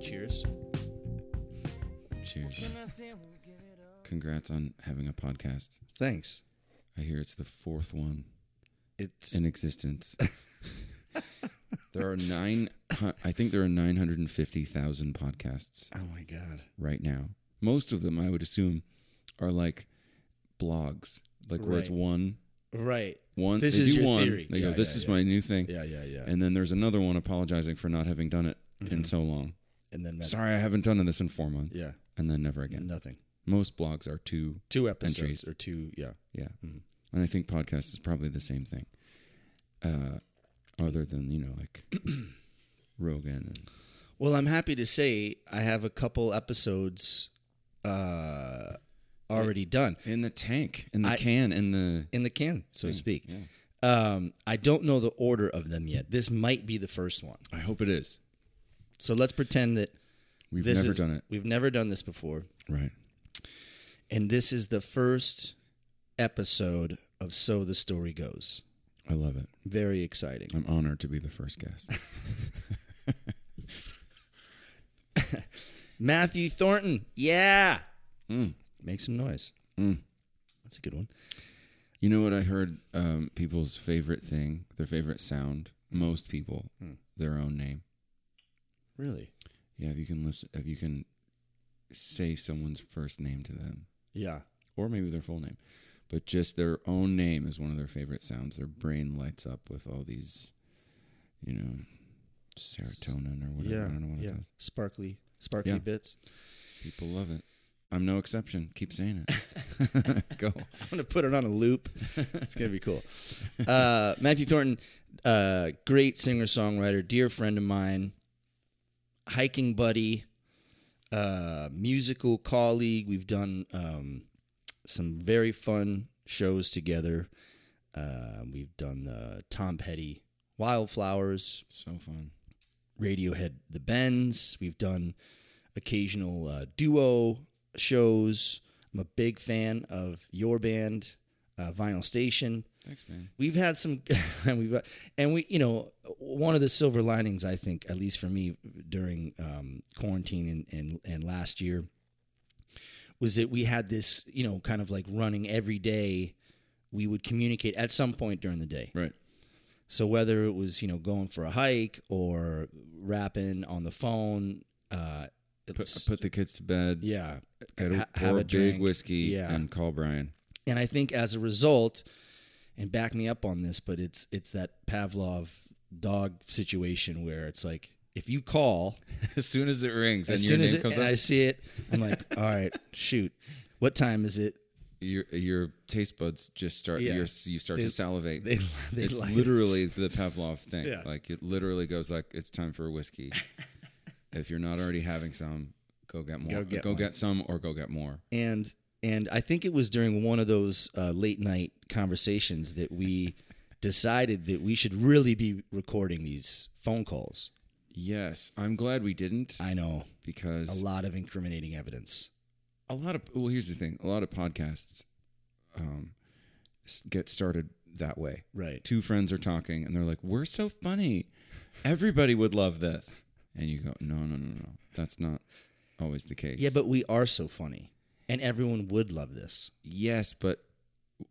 Cheers. Cheers. Congrats on having a podcast. Thanks. I hear it's the fourth one It's in existence. there are nine. hu- I think there are nine hundred and fifty thousand podcasts oh my god. right now. Most of them, I would assume, are like blogs, like where it's Right. one, Right. one. This they is do your one. theory. They Yeah, go, "This yeah, is yeah. my new thing," Yeah, yeah, yeah. and then there's another one apologizing for not having done it in so long. And then that, Sorry, I haven't done this in four months. Mm-hmm. yeah, and then never again. nothing. Most blogs are two. Two episodes Entries. or two. Yeah. Yeah. Mhm. And I think podcast is probably the same thing. Uh, other than, you know, like Rogan and Well, I'm happy to say I have a couple episodes uh, already done in the tank, in the I- can, in the in the can, so to speak. Mm, yeah. Um, I don't know the order of them yet. This might be the first one. I hope it is. So let's pretend that We've this never is, done it. We've never done this before, Right. and this is the first episode of So the Story Goes. I love it. Very exciting. I'm honored to be the first guest. Matthew Thornton. Yeah. Mm, Make some noise. That's a good one. you know what I heard um, people's favorite thing, their favorite sound, most people, their own name. Really? Yeah, if you can listen if you can say someone's first name to them. Yeah. or maybe their full name, but just their own name is one of their favorite sounds. Their brain lights up with all these, you know, serotonin or whatever. I don't know what yeah. it is. Sparkly, sparkly Yeah. bits. People love it. I'm no exception. Keep saying it. Go. I'm gonna put it on a loop. it's gonna be cool. Uh, Matthew Thornton, uh, great singer songwriter, dear friend of mine, hiking buddy, uh, musical colleague. We've done um, some very fun shows together. Uh, we've done the Tom Petty Wildflowers. So fun. Radiohead The Bends. We've done occasional uh, duo shows. I'm a big fan of your band, uh, Vinyl Station. Thanks, man. We've had some, and we've uh, and we, you know, one of the silver linings I think, at least for me, during um, quarantine and, and and last year, was that we had this, you know, kind of like running every day. We would communicate at some point during the day. Right. So whether it was you know going for a hike or rapping on the phone, uh, Put, it's- put the kids to bed. yeah, Go to ha- pour have a big drink. whiskey Yeah. and call Brian. and I think as a result, and back me up on this, but it's it's that Pavlov dog situation where it's like if you call as soon as it rings as and soon your as name it, comes and up, I see it, I'm like, all right, shoot, what time is it? your your taste buds just start. Yeah. your- you start They- to salivate. They they it's light up. literally the Pavlov thing. Yeah. Like it literally goes like it's time for a whiskey. if you're not already having some, go get more. Go get one. some or go get more. and and I think it was during one of those uh, late night conversations that we decided that we should really be recording these phone calls. Yes, I'm glad we didn't I know a because lot of incriminating evidence. a lot of well, here's the thing: a lot of podcasts um, s- get started that way. Right. Two friends are talking and they're like, "We're so funny, everybody would love this," and you go, "No, no, no, no, that's not always the case." Yeah, but we are so funny, and everyone would love this. yes, but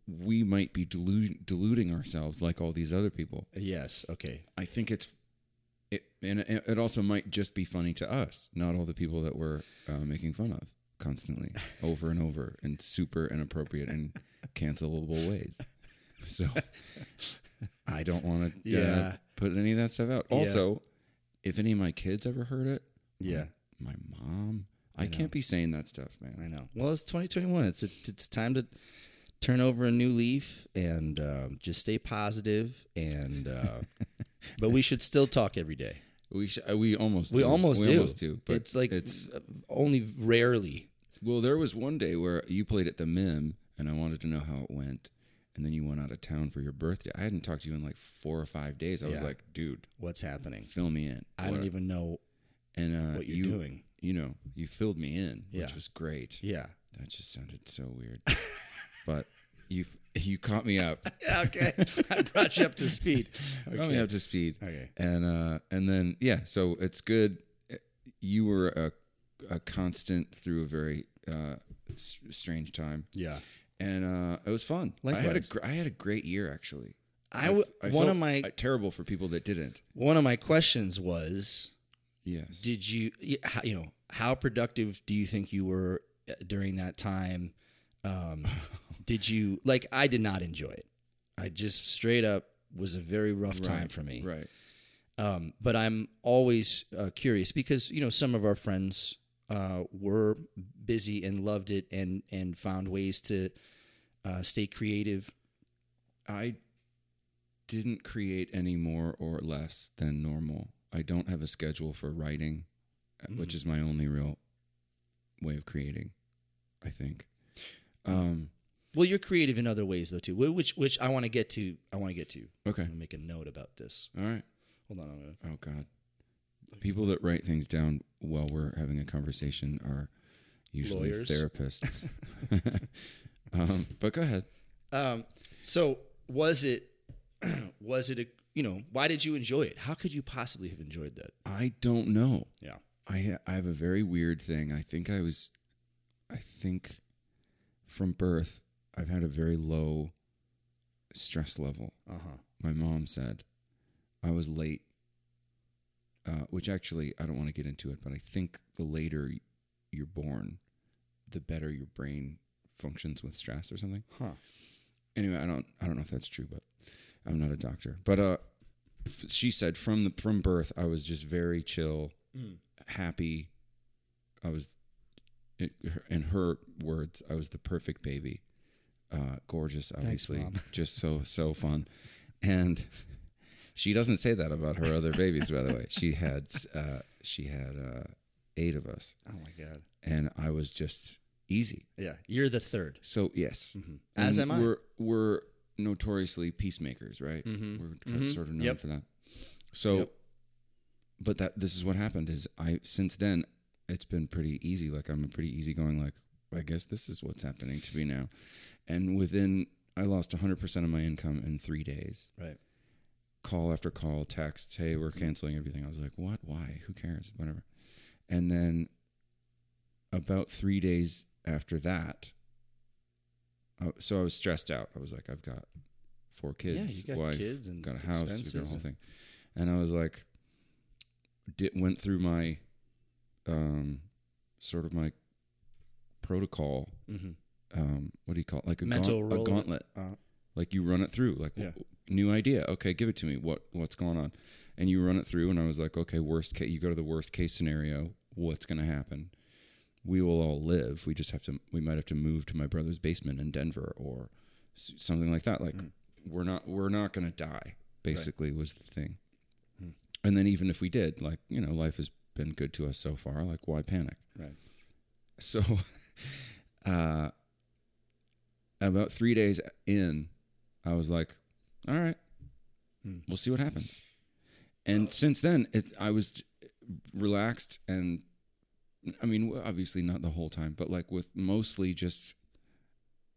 we might be delu- deluding ourselves like all these other people. Yes. Okay. I think it's it, and it it also might just be funny to us, not all the people that we're uh, making fun of constantly, over and over, in super inappropriate and cancelable ways. So I don't want to Yeah. put any of that stuff out. Yeah. Also, if any of my kids ever heard it, Yeah. my mom, I, can't be saying that stuff, man. I know. Well, it's 2021. It's it's it's time to turn over a new leaf and um, just stay positive and. Uh, But we should still talk every day. We sh- uh, we almost We do. almost we do. almost do, but it's like it's it's only rarely Well, there was one day where you played at the Mim, and I wanted to know how it went. And then you went out of town for your birthday. I hadn't talked to you in like four or five days. I was Yeah. like, dude, what's happening. fill me in. I don't What- even know and uh, what you're you, doing. You know, you filled me in, Yeah. which was great. Yeah. That just sounded so weird, but you you caught me up, Yeah, okay. I brought you up to speed. caught me Okay. up to speed, Okay. and uh, and then yeah, so it's good. you were a a constant through a very uh, s- strange time, Yeah. and uh, it was fun. I had a Likewise. gr- I had a great year actually. I w- f- one of felt, my uh, terrible for people that didn't. one of my questions was Yes. did you y- how- you know how productive do you think you were uh, during that time um did you like i did not enjoy it i just straight up was a very rough time for me Right. um but i'm always uh, curious because you know some of our friends uh were busy and loved it and and found ways to uh stay creative I didn't create any more or less than normal. I don't have a schedule for writing, uh, Mm-hmm. which is my only real way of creating, I think. Uh, Um, well you're creative in other ways though too wh- which which i want to get to i want to get to i'm okay. gonna make a note about this All right. hold on i'm gonna Oh, God. People that write things down while we're having a conversation are usually Lawyers. therapists. um, but go ahead. Um, so was it was it a you know why did you enjoy it? How could you possibly have enjoyed that? I don't know. Yeah. I I have a very weird thing. I think I was, I think, from birth, I've had a very low stress level. Uh huh. My mom said I was late, uh, which actually I don't want to get into it, but I think the later you're born, the better your brain functions with stress or something. Huh. Anyway, I don't I don't know if that's true, but I'm not a doctor. But uh, f- she said from the from birth I was just very chill happy. I was, it, her- in her words, I was the perfect baby. Uh, gorgeous, obviously, Mom. just so so fun, and she doesn't say that about her other babies. By the way, she had uh, she had uh, eight of us, Oh my god. and I was just easy. Yeah. You're the third. So yes, Mm-hmm. As And am I. We're we're notoriously peacemakers, right? We're kind of Mhm. sort of known Yep. for that. So, Yep. but that this is what happened is I since then it's been pretty easy. Like I'm a pretty easygoing. Like I guess this is what's happening to me now. And within I lost 100 percent of my income in three days. Right. Call after call, text. Hey, Mm-hmm. we're canceling everything. I was like, what? Why? Who cares? Whatever. And then about three days after that, uh, so I was stressed out. I was like, I've got four kids, yeah. You got wife, kids and got a house, we got a expenses whole and- thing. And I was like, di went through my, um, sort of my protocol. Mhm. Um, what do you call it? Like a, Mental gaunt- a roll- gauntlet. Uh, Like you run it through. Like Yeah. w- new idea. Okay, give it to me. What what's going on? And you run it through. And I was like, okay, worst case. You go to the worst case scenario. What's going to happen? We will all live. We just have to. We might have to move to my brother's basement in Denver or s- something like that. Like we're not we're not going to die. Basically, was the thing. And then even if we did, like you know, life has been good to us so far. Like why panic? right. so uh about three days in i was like all right Hmm. we'll see what happens and since then it i was j- relaxed and i mean w- obviously not the whole time but like with mostly just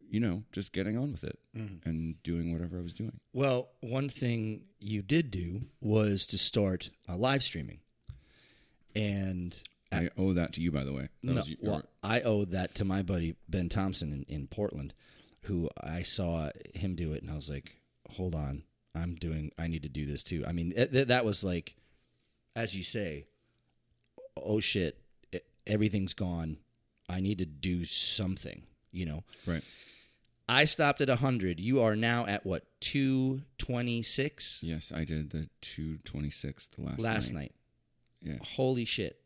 you know just getting on with it Mhm. and doing whatever i was doing Well, one thing you did do was to start uh, live streaming, and i owe that to you by the way that No, was your, well, I owe that to my buddy Ben Thompson in, in Portland, who I saw him do it, and I was like, "Hold on, I'm doing. I need to do this too." I mean, th- th- that was like, as you say, "Oh shit, e- everything's gone. I need to do something." You know, right I stopped at hundred. You are now at what two twenty six yes i did the 226 the last last night. Yeah. Holy shit,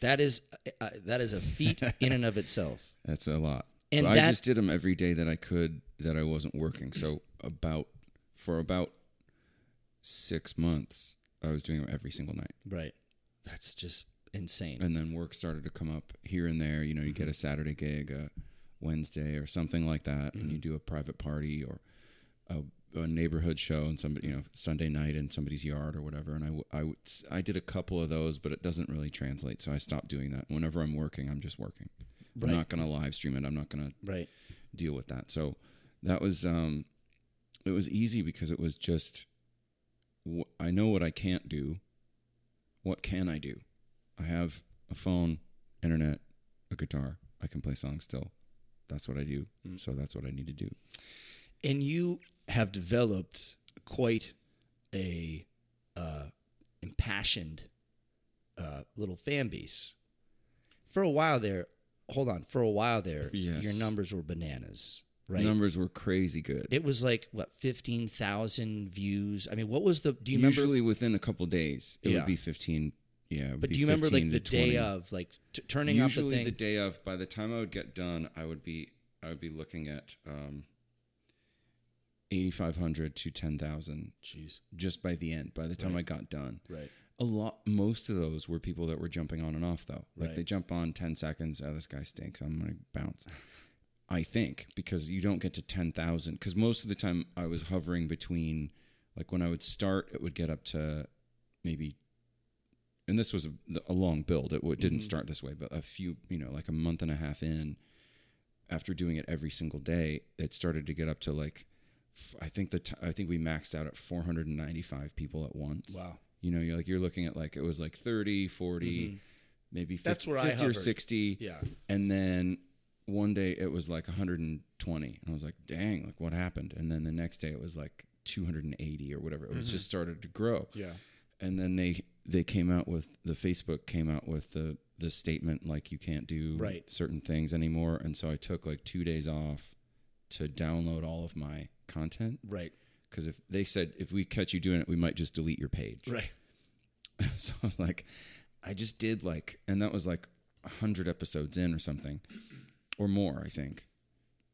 that is uh, that is a feat in and of itself. That's a lot. And But I that- just did them every day that I could that I wasn't working. So about for about six months, I was doing them every single night, Right. That's just insane. Mm-hmm. and then work started to come up here and there. You know, you get a Saturday gig, a Wednesday, or something like that, and you Mm-hmm. do a private party or a, a neighborhood show, and somebody, you know, Sunday night in somebody's yard or whatever. And I, w- I, would s- I did a couple of those, but it doesn't really translate, so I stopped doing that. Whenever I'm working, I'm just working. Right. I'm not gonna live stream it. I'm not gonna Right. deal with that. So that was um it was easy because it was just wh- I know what I can't do. What can I do? I have a phone, internet, a guitar. I can play songs still. That's what I do. Mm. So that's what I need to do. and you have developed quite a uh, impassioned uh, little fan base. For a while there, hold on. For a while there, Yes. your numbers were bananas, right? Numbers were crazy good. it was like what fifteen thousand views. I mean, what was the? Do you remember? Usually within a couple days, it Yeah. would be 15. Yeah. it would But be do you remember 15 like the to day 20. of, like t- turning Usually up the thing? day of, by the time I would get done, I would be I would be looking at um, eighty five hundred to ten thousand Jeez, just by the end. By the time Right. I got done, right? a lot. Most of those were people that were jumping on and off though. Like Right. they jump on ten seconds. Oh, this guy stinks. I'm gonna bounce. I think because you don't get to ten thousand. Because most of the time I was hovering between, like when I would start, it would get up to maybe. And this was a, a long build. It w- didn't start this way, but a few, you know, like a month and a half in, after doing it every single day, it started to get up to like, f- I think the t- I think we maxed out at 495 people at once. Wow. You know, you're like you're looking at like it was like 30, 40, maybe 50, Mm-hmm. That's where I 50 or hovered. 60. Yeah. And then one day it was like 120 and I was like, "Dang, like what happened?" And then the next day it was like 280 or whatever. It Mm-hmm. was just started to grow. Yeah. And then they they came out with the Facebook came out with the the statement like you can't do Right. certain things anymore. And so I took like 2 days off to download all of my content Right. because if they said if we catch you doing it, we might just delete your page. Right. so I was like, I just did like, and that was like hundred episodes in or something, or more. I think,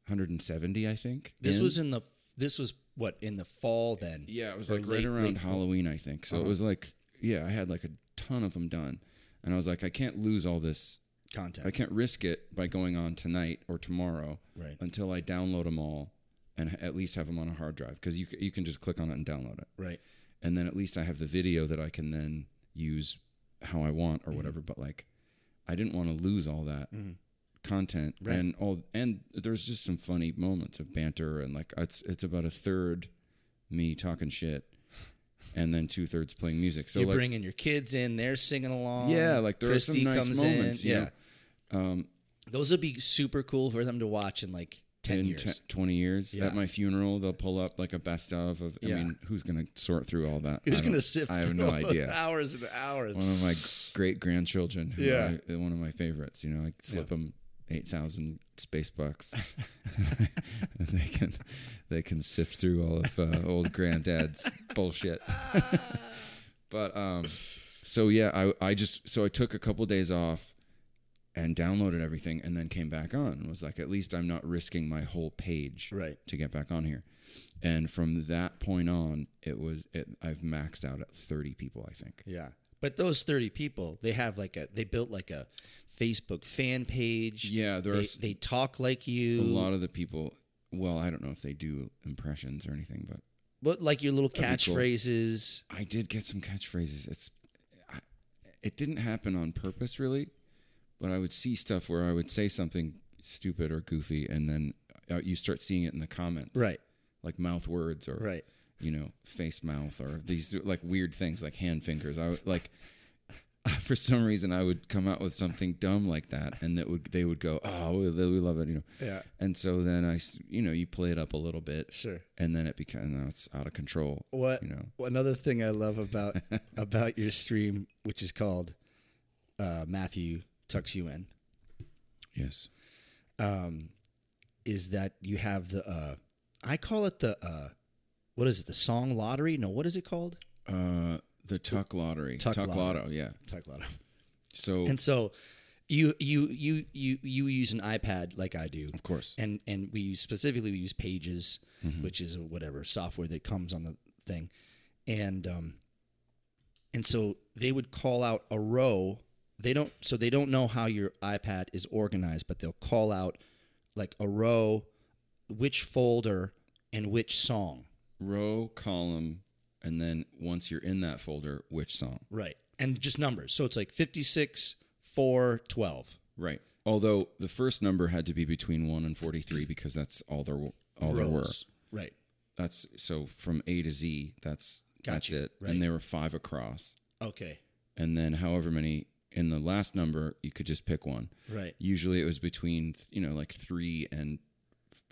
hundred and seventy. I think This in. was in the. This was what in the fall then. yeah, it was or like late- Uh-huh. right around late- Halloween. I think so. It was like yeah, I had like a ton of them done, and I was like, I can't lose all this. content. I can't risk it by going on tonight or tomorrow Right. until I download them all and h- at least have them on a hard drive because you c- you can just click on it and download it. Right. and then at least I have the video that I can then use how I want Mm-hmm. or whatever. But like, I didn't want to lose all that content Right. and all. And there's just some funny moments of banter and like it's it's about a third me talking shit, and then two thirds playing music. So You're like, bringing your kids in, they're singing along. yeah, like there Christy are some nice comes moments. in. Um, you yeah. know? Those would be super cool for them to watch in like 10 in years. 10 20 years Yeah. at my funeral they'll pull up like a best of of i Yeah. mean who's gonna sort through all that I Who's don't- going to sift i have through no all those idea hours and hours? one of my great grandchildren. Who Yeah. I- one of my favorites. You know, I slip them eight thousand space bucks, and they can they can sift through all of uh, old granddad's bullshit. but um, so yeah, I I just so I took a couple days off and downloaded everything, and then came back on and was like, at least I'm not risking my whole page Right. to get back on here. And from that point on, it was it, I've maxed out at thirty people, I think. Yeah. But those 30 people, they have like a, they built like a Facebook fan page. Yeah, there are They, s- they talk like you. a lot of the people. Well, I don't know if they do impressions or anything, but but like your little That'd be cool. catchphrases. I did get some catchphrases. It's, I, it didn't happen on purpose, really, but I would see stuff where I would say something stupid or goofy, and then uh, you start seeing it in the comments, Right. Like mouth words or Right. you know, face mouth or these like weird things like hand fingers. I would- like for some reason I would come out with something dumb like that, and that would they would go, oh, we, we love it, you know. Yeah. And so then I, s- you know, you play it up a little bit, Sure. and then it becomes now it's out of control. What you know? another thing I love about about your stream, which is called uh, Matthew Tucks You In. Yes. um, is that you have the uh, I call it the uh, what is it the song lottery? No, what is it called? Uh, the Tuck Lottery, Tuck Lotto. Lotto, yeah. Talk lottery. So And so you you you you you use an iPad like I do, of course, and and we use, specifically we use Pages, Mm-hmm. which is whatever software that comes on the thing, and um, and so they would call out a row. They don't so they don't know how your iPad is organized, but they'll call out like a row, which folder and which song. row, column, and then once you're in that folder, which song? Right. And just numbers. So it's like 56, 4, 12. Right. Although the first number had to be between one and forty-three because that's all there w- all there were. rows. Right. That's so from A to Z. That's that's Gotcha, it. right. And there were five across, Okay. and then however many in the last number, you could just pick one. Right. Usually it was between, th- you know, like three and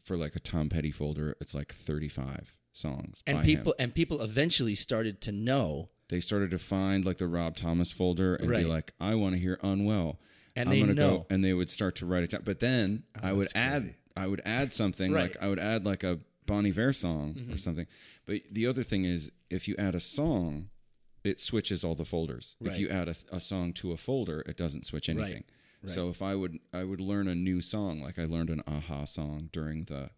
for like a Tom Petty folder, it's like 35 songs. And by him. people and people eventually started to know they started to find like the Rob Thomas folder and Right. be like, I want to hear Unwell. And I'm they gonna know. Oh, go and they would start to write it down. But then I would that's add crazy. I would add something Right. Mm-hmm. like I would add like a Bonnie Vare song or something. But the other thing is if you add a song, it switches all the folders. If Right. you add a, a song to a folder, it doesn't switch anything. Right. So if I would I would learn a new song, like I learned an aha song during the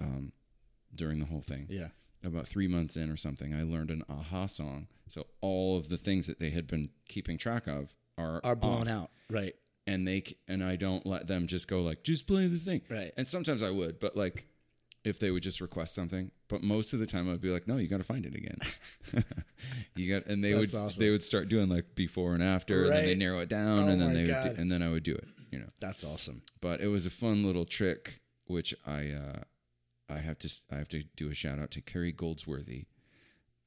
um during the whole thing Yeah. about three months in or something, I learned an aha song. So all of the things that they had been keeping track of are are blown off. out. Right. and they c- and I don't let them just go like just play the thing. Right. And sometimes I would, but like if they would just request something, but most of the time I'd be like, no, you got to find it again. you got, and they That's would awesome. they would start doing like before and after, and then they Right. Oh narrow it down, and my then they would do, God. and then I would do it, you know. That's awesome. But it was a fun little trick, which I uh, I have to s- I have to do a shout out to Carrie Goldsworthy,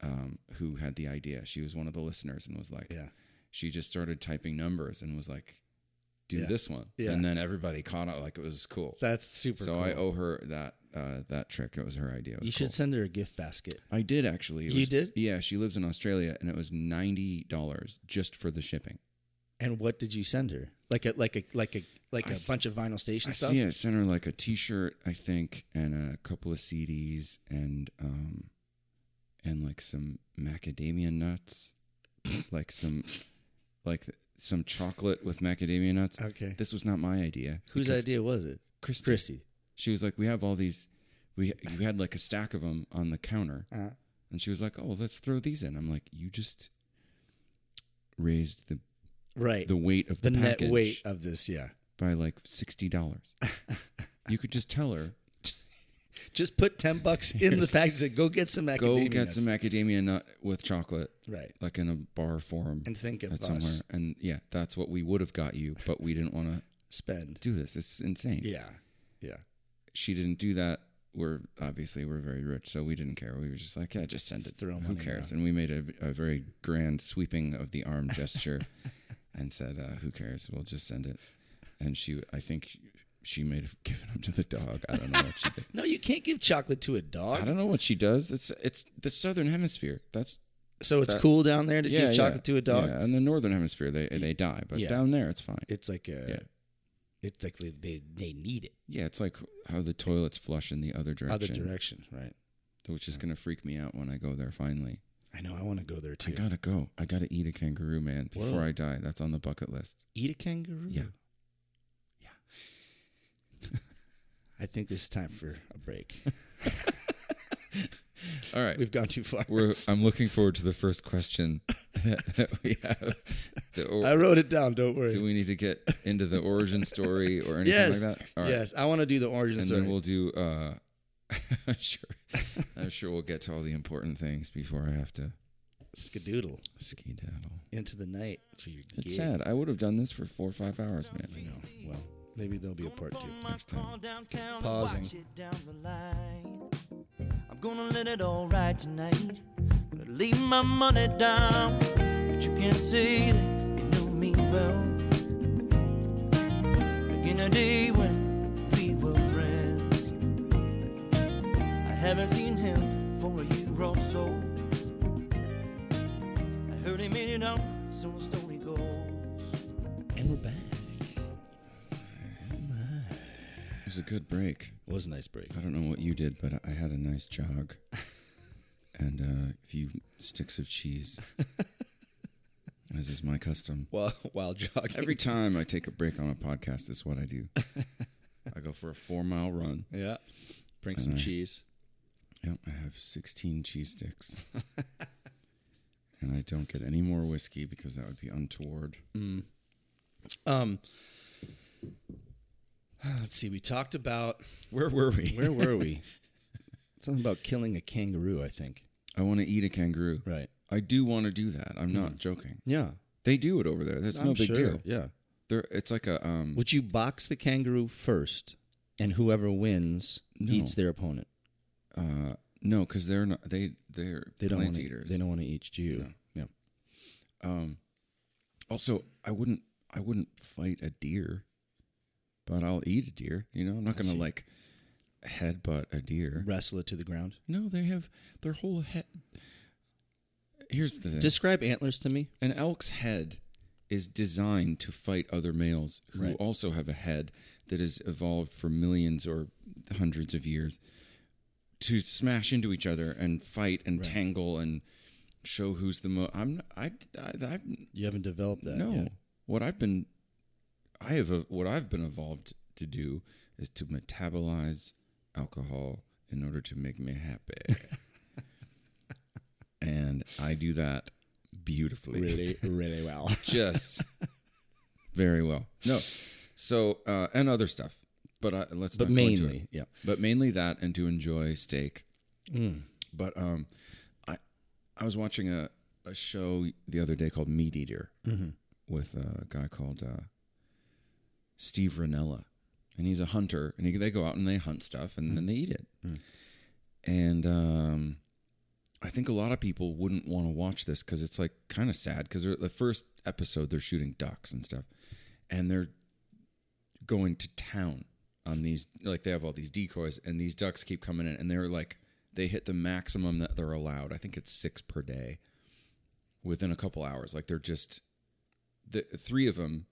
um, who had the idea. She was one of the listeners and was like, Yeah. she just started typing numbers and was like, do Yeah. this one, Yeah. and then everybody caught on. Like it was cool. That's super so cool. I owe her that uh, that trick. It was her idea. It you was should cool. send her a gift basket. I did actually. It You was- did? Yeah, she lives in Australia, and it was ninety dollars just for the shipping. And what did you send her? Like a like a like a like a I s- bunch of vinyl station I stuff? see. I sent her like a T-shirt, I think, and a couple of CDs, and um, and like some macadamia nuts, like some, like some chocolate with macadamia nuts. Okay. This was not my idea. Whose because idea was it? Christy. Christy. She was like, "We have all these. We you had like a stack of them on the counter, Uh, and she was like, "Oh, let's throw these in." I'm like, "You just raised the right. the The, weight of the, net package weight of this, yeah. by like sixty dollars." you could just tell her Just put ten bucks in the package and go get some macadamia. go get nuts. some macadamia nut with chocolate, Right. like in a bar form And think of at us somewhere. And yeah, that's what we would have got you, but we didn't want to spend. do this. It's insane. Yeah. Yeah. She didn't do that. We're obviously we're very rich, so we didn't care. We were just like, yeah, just send it. Throw Who money cares? And we made a, a very grand sweeping of the arm gesture, and said, uh, "Who cares? We'll just send it." And she, I think, she may have given them to the dog. I don't know what she did. No, you can't give chocolate to a I dog. don't know what she does. It's it's the southern hemisphere. That's So it's cool down there to give chocolate to a dog. Yeah, in the northern hemisphere, they they die, but Yeah. down there, it's fine. It's like a. Yeah. It's like they, they they need it. Yeah, it's like how the toilets flush in the other Other direction, direction, right? which is gonna freak me out when I go there. Finally, I know. I want to go there too. I gotta go. I gotta eat a kangaroo, man, before Whoa. I die. That's on the bucket list. Eat a kangaroo. Yeah. I think it's time for a break. All right, We've gone too far. we're. I'm looking forward to the first question that, that we have. The or- I wrote it down. Don't worry. do we need to get into the origin story or anything yes. like that? All right. Yes. I want to do the origin and story. then we'll do. Uh, I'm sure. I'm sure we'll get to all the important things before I have to Skadoodle skedaddle. into the night for your It's gig. sad. I would have done this for four or five hours, I man. know. Well, maybe there'll be a part two. Next time. Pausing. I'm gonna let it all ride tonight. But leave my money down. But you can't see that you know me well. Back in the day when we were friends, I haven't seen him for a year or so. I heard him in and out, so slowly goes. And we're back. It was a good break. It was a nice break. I don't know what you did, but I had a nice jog and uh, a few sticks of cheese, as is my custom. Well, while jogging. Every time I take a break on a podcast, is what I do. I go for a four mile run. yeah. Bring some cheese. Yep, I have 16 cheese sticks. and I don't get any more whiskey because that would be untoward. Um. Let's see. We talked about Where were we? where were we? Something about killing a kangaroo. I think. I want to eat a kangaroo. Right. I do want to do that. I'm not joking. Yeah. They do it over there. That's no I'm big sure, deal. Yeah. They're, it's like a um. Would you box the kangaroo first, and whoever wins No. eats their opponent? Uh, no, because they're not. They they're They don't plant want to. eaters. They don't want to eat you. Yeah. Um, also, I wouldn't. I wouldn't fight a deer, but I'll eat a deer. You know, I'm not gonna see. like headbutt a deer. Wrestle it to the ground. No, they have their whole head. Here's the thing. Describe antlers to me. an elk's head is designed to fight other males who Right. also have a head that has evolved for millions or hundreds of years to smash into each other and fight and tangle and show who's the most. I'm I I I've, You haven't developed that. no yet. what I've been I have a, what I've been evolved to do is to metabolize alcohol in order to make me happy. and I do that beautifully Really, really well. just very well. No, so uh, and other stuff, but uh, let's But not go into mainly, it. yeah. but mainly that and to enjoy steak. But um, I I was watching a a show the other day called Meat Eater with a guy called uh, Steve Ranella, and he's a hunter, and he, they go out and they hunt stuff and then they eat it, and um. I think a lot of people wouldn't want to watch this because it's like kind of sad because the first episode they're shooting ducks and stuff, and they're going to town on these like they have all these decoys and these ducks keep coming in and they're like they hit the maximum that they're allowed. I think it's six per day within a couple hours. Like they're just the three of them,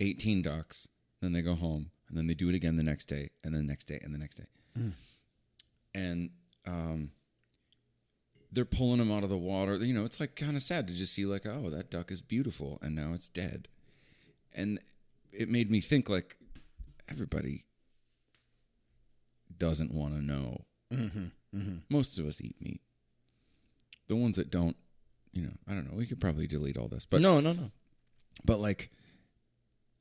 eighteen ducks. Then they go home and then they do it again the next day and then the next day and the next day, and um they're pulling him out of the water. You know, it's like kind of sad to just see like, oh, that duck is beautiful and now it's dead. And it made me think like everybody doesn't want to know. Most of us eat meat. The ones that don't, you know, I don't know. We could probably delete all this, but no, no, no. but like,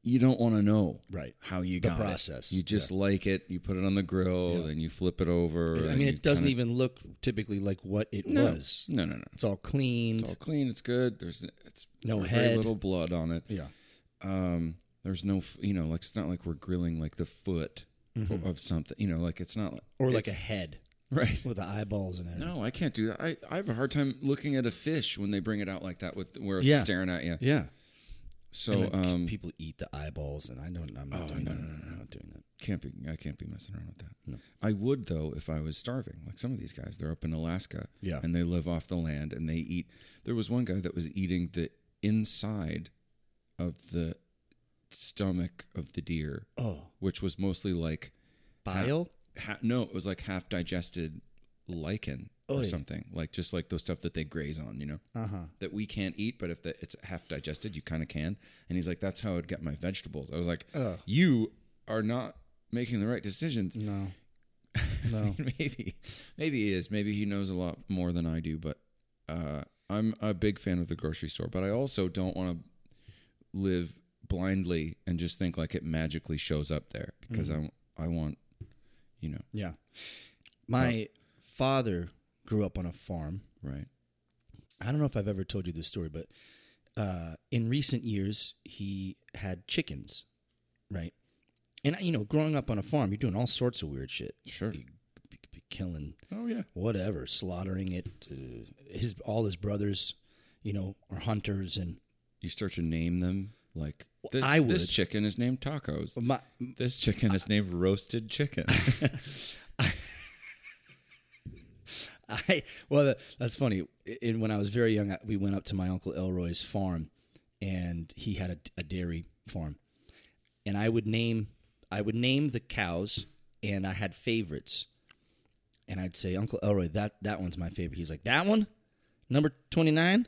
you don't want to know Right. how you The got it. process, You just like it. You put it on the grill, Yeah. then you flip it over. I then mean, you it doesn't kinda- even look typically like what it no. was. No, no, no. It's all cleaned. It's all clean. It's good. There's it's No very head. little blood on it. yeah. Um, there's no f- you know like it's not like we're grilling like the foot of something. You know like it's not Mm-hmm. Or like a it's- head right. with the eyeballs in it. No, I can't do that. I, I have a hard time looking at a fish when they bring it out like that with where it's Yeah. staring at you. Yeah. So and then um, people eat the eyeballs, and Oh, I don't. I'm not doing that. I'm not doing that. can't be I can't be messing around with that. I would though if I was starving. Like some of these guys, they're up in Alaska Yeah. and they live off the land and they eat. There was one guy that was eating the inside of the stomach of the deer, Oh, which was mostly like bile. ha- no, it was like half digested lichen or Oy. something. Like just like those stuff that they graze on, you know. Uh huh. That we can't eat, but if the, it's half digested, you kind of can. And he's like, "That's how I'd get my vegetables." I was like, Oh. "You are not making the right decisions." No. No. maybe maybe he is maybe he knows a lot more than i do but uh, i'm a big fan of the grocery store but i also don't want to live blindly and just think like it magically shows up there because Mm-hmm. i i want you know yeah. My father grew up on a farm. right I don't know if I've ever told you this story, but uh, in recent years, he had chickens, right? And you know, growing up on a farm, you're doing all sorts of weird shit. Sure. You be- be killing oh yeah whatever, slaughtering it. Uh, his all his brothers, you know, are hunters, and you start to name them like this, I this would. Um, chicken is named tacos my this chicken is named roasted chicken I well, that, that's funny. And when I was very young, I, we went up to my uncle Elroy's farm, and he had a, a dairy farm, and I would name I would name the cows, and I had favorites, and I'd say Uncle Elroy, that that one's my favorite. He's like that one, number twenty nine.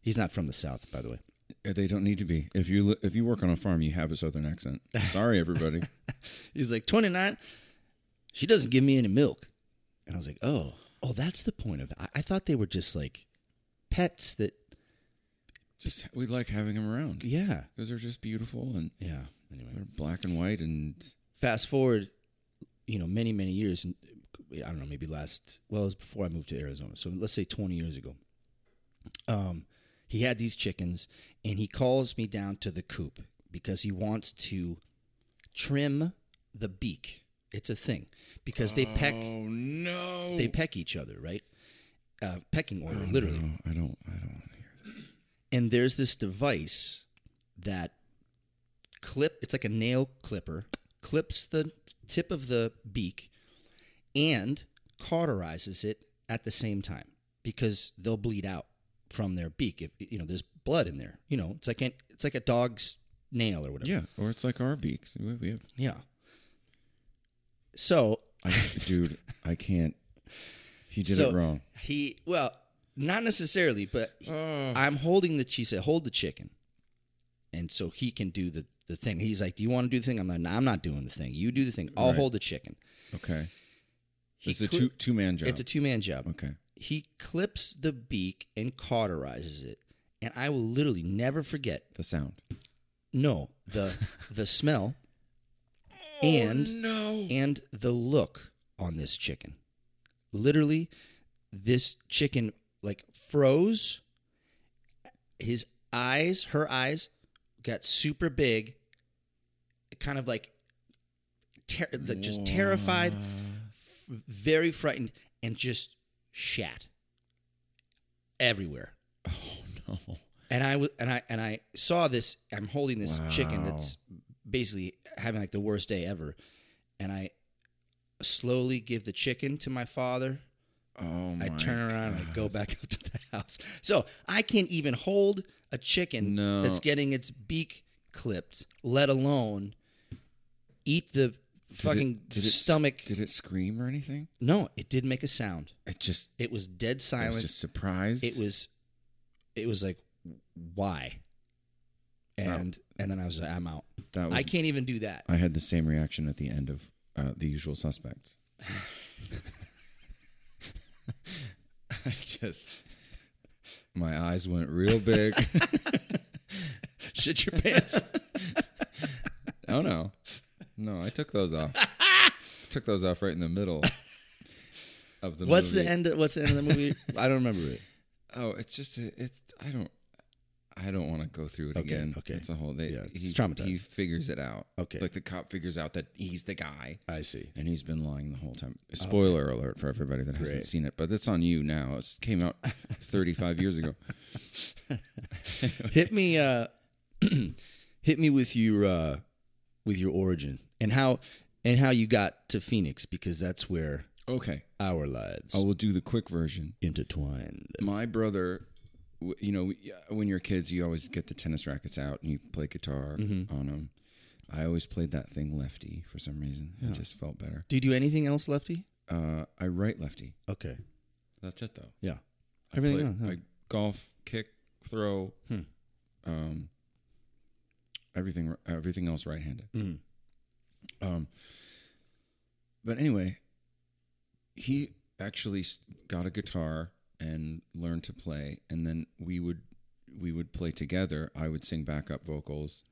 He's not from the south, by the way. they don't need to be if you li- if you work on a farm you have a southern accent sorry everybody He's like, 29, she doesn't give me any milk. And I was like, oh, oh, that's the point of it. I, I thought they were just like pets that, just we like having them around yeah. because they're just beautiful and Yeah. Anyway, They're black and white, and fast forward, you know, many, many years. and I don't know, maybe last, well, it was before I moved to Arizona. So let's say 20 years ago. Um, he had these chickens and he calls me down to the coop because he wants to trim the beak. It's a thing because they peck. Oh, no! they peck each other, right? Uh, pecking order, literally. I don't. I don't want to hear this. And there's this device that clip it's like a nail clipper clips the tip of the beak and cauterizes it at the same time because they'll bleed out from their beak if you know there's blood in there you know it's like an, it's like a dog's nail or whatever Yeah, or it's like our beaks. We we have, yeah so I, dude, I can't. He did so it wrong. he well not necessarily but he- Oh. I'm holding the she said, hold the chicken. And so he can do the, the thing. He's like, Do you want to do the thing? I'm like, "No, I'm not doing the thing. You do the thing. I'll Right. hold the chicken. Okay, He it's a cli- two two man job. It's a two man job. okay. He clips the beak and cauterizes it. And I will literally never forget The sound. no, the the smell Oh, and no. and the look on this chicken. Literally, this chicken like froze. His eyes, her eyes, got super big, kind of like, ter- like just terrified, f- very frightened, and just shat everywhere. Oh no. And I was, and I, and I saw this. I'm holding this chicken Wow. that's basically having like the worst day ever, and I slowly give the chicken to my father. Oh my. I turn around and I go back up to the house. So I can't even hold a chicken No. that's getting its beak clipped, let alone eat the fucking did it s- stomach. Did it scream or anything? no, it did make a sound. It just. It was dead I silent. was just surprised. it was it was like why and and then i was like i'm out That was. i can't even do that I had the same reaction at the end of uh, The Usual Suspects. I just, my eyes went real big. shit your pants oh no, no, I took those off. took those off right in the middle of the. what's the movie. end of, what's the end of the movie i don't remember it Oh, it's just a, it's. I don't. I don't want to go through it Okay, again. okay. it's a whole. They, Yeah, it's he, traumatizing. He figures it out. Okay. like the cop figures out that he's the guy. i see and he's been lying the whole time. Spoiler alert for everybody that hasn't Great. seen it, but it's on you now. It came out 35 years ago. hit me uh hit me with your uh with your origin and how and how you got to phoenix because that's where Okay, our lives I will do the quick version. intertwined My brother, w- you know, we- when you're kids, you always get the tennis rackets out and you play guitar Mm-hmm. on them. I always played that thing lefty for some reason. It just felt better. do you do anything else lefty Uh, I write lefty. okay That's it though. yeah Hmm. I Everything play- else, huh? I golf, kick, throw, um, everything, everything else right-handed. Mhm. Um, but anyway, he actually s- got a guitar and learned to play, and then we would we would play together. I would sing backup vocals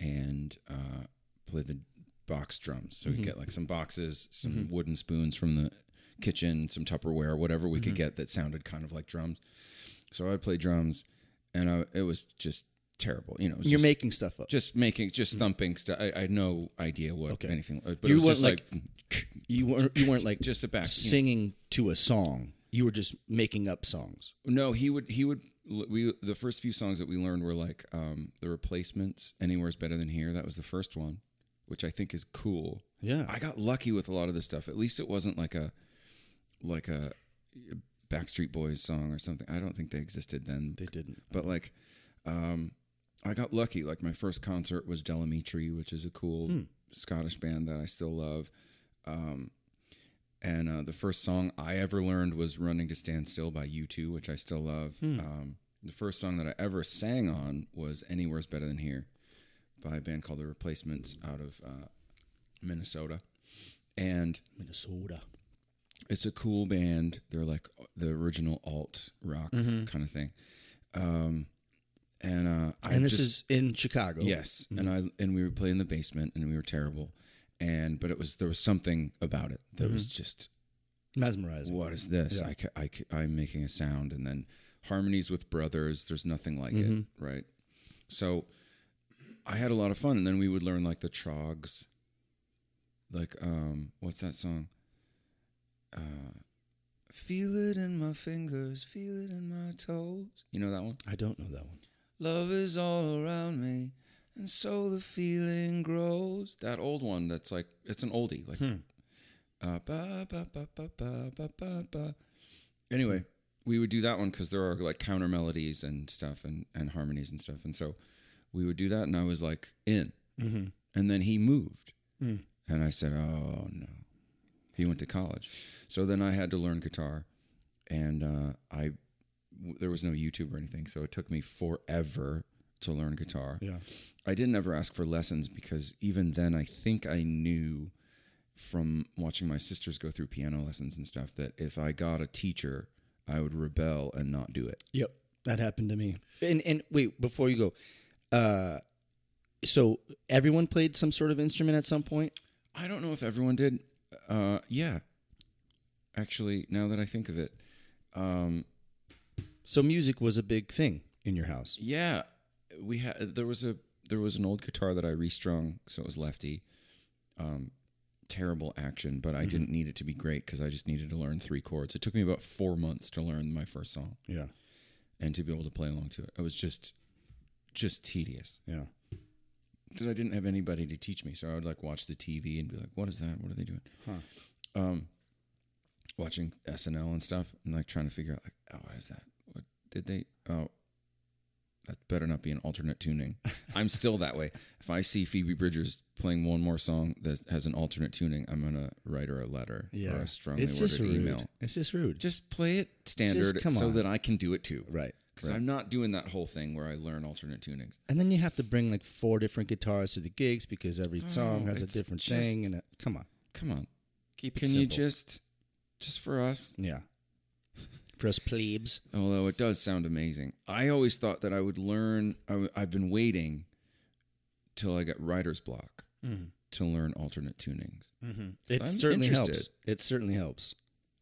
and uh, play the box drums. So we'd get like some boxes, some wooden spoons from the kitchen, some Tupperware, whatever we could get that sounded kind of like drums. So I'd play drums, and I, it was just terrible. You know, it was you're just- making stuff up just making just thumping stuff. I, I had no idea what Mm-hmm. Okay. anything, but You it was weren't just like, you weren't you weren't like just a back. you know. singing to a song. You were just making up songs. No, he would he would we the first few songs that we learned were like um the replacements. Anywhere's better than here. That was the first one, which I think is cool. Yeah. I got lucky with a lot of this stuff. At least it wasn't like a like a Backstreet Boys song or something. I don't think they existed then. They didn't. But like, um, I got lucky. Like my first concert was Delamitri, which is a cool Scottish band that I still love. Um, and uh, the first song I ever learned was "Running to Stand Still" by U2, which I still love. Um, the first song that I ever sang on was "Anywhere's Better Than Here" by a band called The Replacements out of uh, Minnesota. And Minnesota. it's a cool band. They're like uh, the original alt rock Mm-hmm. kind of thing. Um, and uh, I And this just- is Mm-hmm. in Chicago. yes, and I and we were playing in the basement and we were terrible, and but it was there was something about it that Mm-hmm. was just Mesmerizing. what is this? I, ca- I ca- I'm making a sound, and then harmonies with brothers. There's nothing like it, right? So I had a lot of fun, and then we would learn like the trogs, like um, what's that song? Uh, feel it in my fingers, feel it in my toes. You know that one? I don't know that one. Love is all around me, And so the feeling grows. That old one that's like it's an oldie. Like uh, ba, ba, ba, ba, ba, ba, ba, ba. anyway, we would do that one because there are like counter melodies and stuff and, and harmonies and stuff. And so we would do that and I was like in. And then he moved. And I said, Oh no. He went to college. So then I had to learn guitar and uh, I w- there was no YouTube or anything, so it took me forever to learn guitar. Yeah. I didn't ever ask for lessons because even then I think I knew from watching my sisters go through piano lessons and stuff that if I got a teacher, I would rebel and not do it. Yep. That happened to me. And and wait, before you go, uh, so everyone played some sort of instrument at some point. I don't know if everyone did. Uh, yeah. Actually, now that I think of it, um, So music was a big thing in your house. yeah, we had there was a there was an old guitar that I restrung, so it was lefty. Um, terrible action, but I didn't need it to be great because I just needed to learn three chords. It took me about four months to learn my first song Yeah. and to be able to play along to it. It was just just tedious Yeah. because I didn't have anybody to teach me. So I would like watch the TV and be like, "What is that? What are they doing?" Um, watching SNL and stuff and like trying to figure out like, "Oh, what is that? What did they? Oh, that better not be an alternate tuning." I'm still that way. If I see Phoebe Bridgers playing one more song that has an alternate tuning, I'm gonna write her a letter Yeah. or a strongly It's just worded rude. email. It's just rude. Just play it standard come so on. that I can do it too. right. Because I'm not doing that whole thing where I learn alternate tunings. And then you have to bring like four different guitars to the gigs because every song has a it's different just- thing. And it, come on, Come on. keep Can it you simple. just, just for us? yeah. For us plebes, Although it does sound amazing. I always thought that I would learn, I w- I've been waiting till I got writer's block to learn alternate tunings. it I'm certainly helps. interested. It certainly helps.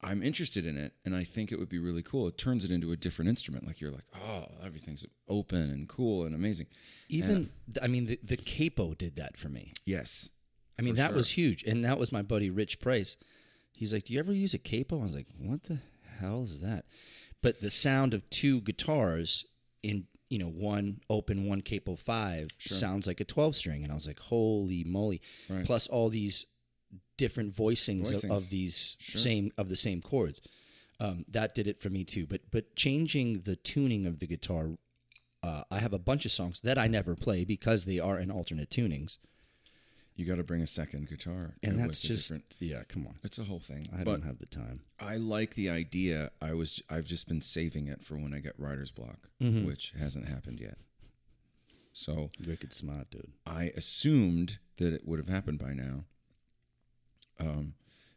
I'm interested in it and I think it would be really cool. It turns it into a different instrument. Like you're like, oh, everything's open and cool and amazing. Even th- I mean, the, the capo did that for me. Yes. I mean, For that sure. was huge. And that was my buddy Rich Price. He's like, Do you ever use a capo? I was like, What the hell is that? But the sound of two guitars in, you know, one open, one capo five sounds like a 12 string. And I was like, Holy moly. Right. Plus all these different voicings, of- Of, Voicings. these Sure. same, of the same chords. Um, that did it for me too. But, but changing the tuning of the guitar, uh, I have a bunch of songs that I never play because they are in alternate tunings. You got to bring a second guitar. And with that's a just, different- yeah, come on. it's a whole thing. I but don't have the time. I like the idea. I was I've just been saving it for when I get writer's block, Mm-hmm. which hasn't happened yet. So Wicked smart, dude. I assumed that it would have happened by now. Um,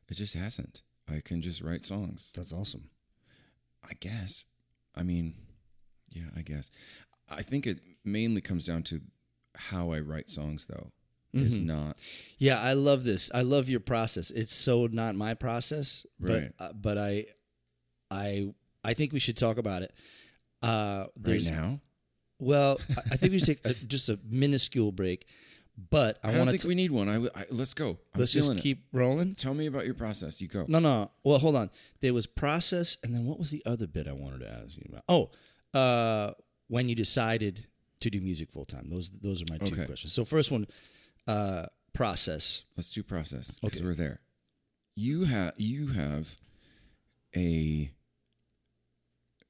it just hasn't. I can just write songs. That's awesome. I guess. I mean, yeah, I guess. I think it mainly comes down to how I write songs, though. Is Mm-hmm. not Yeah, I love this. I love your process. It's so not my process, Right. but uh, but I I I think we should talk about it. Uh there's right now. well, I- I think we should take a, just a minuscule break, but I, I don't want think to we need one. I, w- I- let's go. I'm let's just feeling it. keep rolling. Tell me about your process. You go. No, no. Well, hold on. There was process and then what was the other bit I wanted to ask you about? Oh, uh when you decided to do music full time. Those those are my two Okay. questions. So first one uh process. Let's do process because Okay. we're there. You have you have a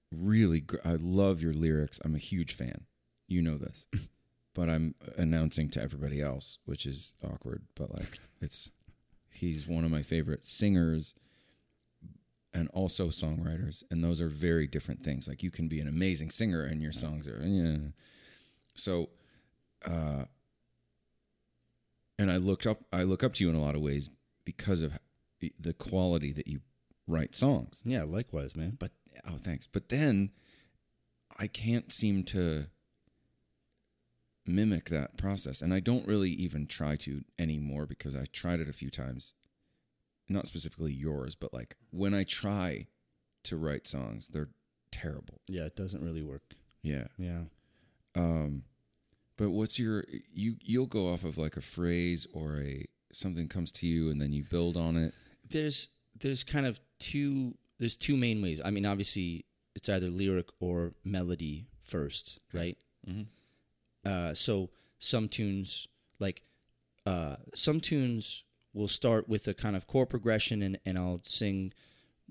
really. Gr- I love your lyrics. I'm a huge fan. You know this, but I'm announcing to everybody else, which is awkward. But like, it's he's one of my favorite singers and also songwriters, and those are very different things. Like, you can be an amazing singer and your songs are yeah. So, uh, and I looked up I look up to you in a lot of ways because of the quality that you write songs. Yeah, likewise, man. But oh, thanks. But then I can't seem to mimic that process, and I don't really even try to anymore because I tried it a few times. Not specifically yours, but like when I try to write songs, they're terrible. Yeah, it doesn't really work. Yeah. Yeah. Um, but what's your you you'll go off of like a phrase or a something comes to you and then you build on it. There's there's kind of two there's two main ways. I mean, obviously it's either lyric or melody first, right? Mhm. Uh so some tunes like uh, some tunes will start with a kind of chord progression and, and I'll sing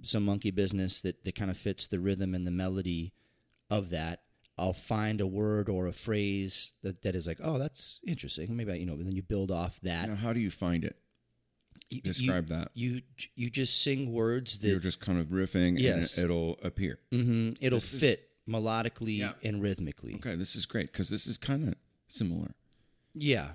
some monkey business that, that kind of fits the rhythm and the melody of that. I'll find a word or a phrase that, that is like, oh, that's interesting. Maybe I, you know, and then you build off that. Now, how do you find it? You- describe you, that. You you just sing words that You're just kind of riffing, Yes. and it, will appear. mhm, it'll fit melodically Yeah. and rhythmically. Okay, this is great because this is kind of similar. Yeah.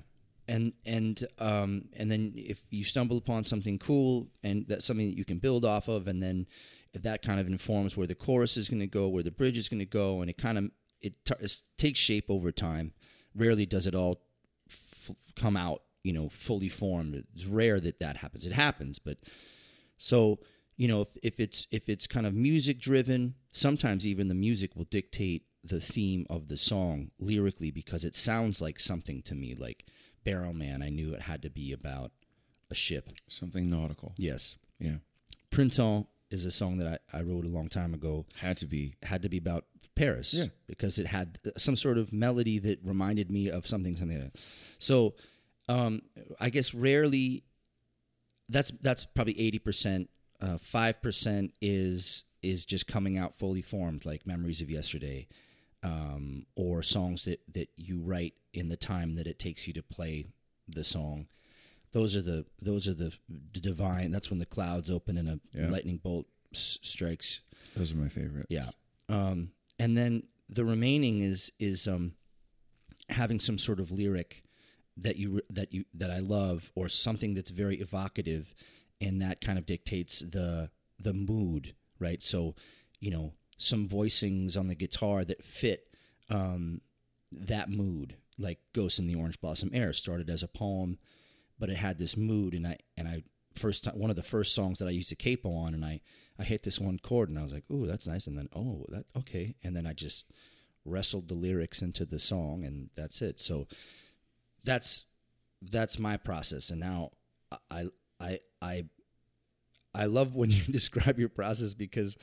And and um and then if you stumble upon something cool and that's something that you can build off of and then that kind of informs where the chorus is going to go, where the bridge is going to go and it kind of it, t- it takes shape over time. Rarely does it all f- come out, you know, fully formed. It's rare that that happens. It happens, but so you know if, if it's if it's kind of music driven, sometimes even the music will dictate the theme of the song lyrically because it sounds like something to me. Like Barrel Man, I knew it had to be about a ship. Something nautical. Yes, Yeah, Printemps is a song that I, I wrote a long time ago. had to be. It had to be about Paris Yeah. because it had some sort of melody that reminded me of something, something like that. So, um, I guess rarely. That's that's probably eighty percent. uh, Five percent is is just coming out fully formed, like memories of yesterday, um, or songs that that you write in the time that it takes you to play the song. Those are the those are the divine. That's when the clouds open and a Yeah. lightning bolt s- strikes. Those are my favorites. Yeah. Um, and then the remaining is is um, having some sort of lyric that you that you that I love or something that's very evocative, and that kind of dictates the the mood, right? So, you know, some voicings on the guitar that fit um, that mood, like "Ghost in the Orange Blossom Air" started as a poem, but it had this mood, and I and I first ti- one of the first songs that I used to capo on, and I I hit this one chord, and I was like, "Ooh, that's nice," and then oh, that okay, and then I just wrestled the lyrics into the song, and that's it. So that's that's my process, and now I I I I love when you describe your process because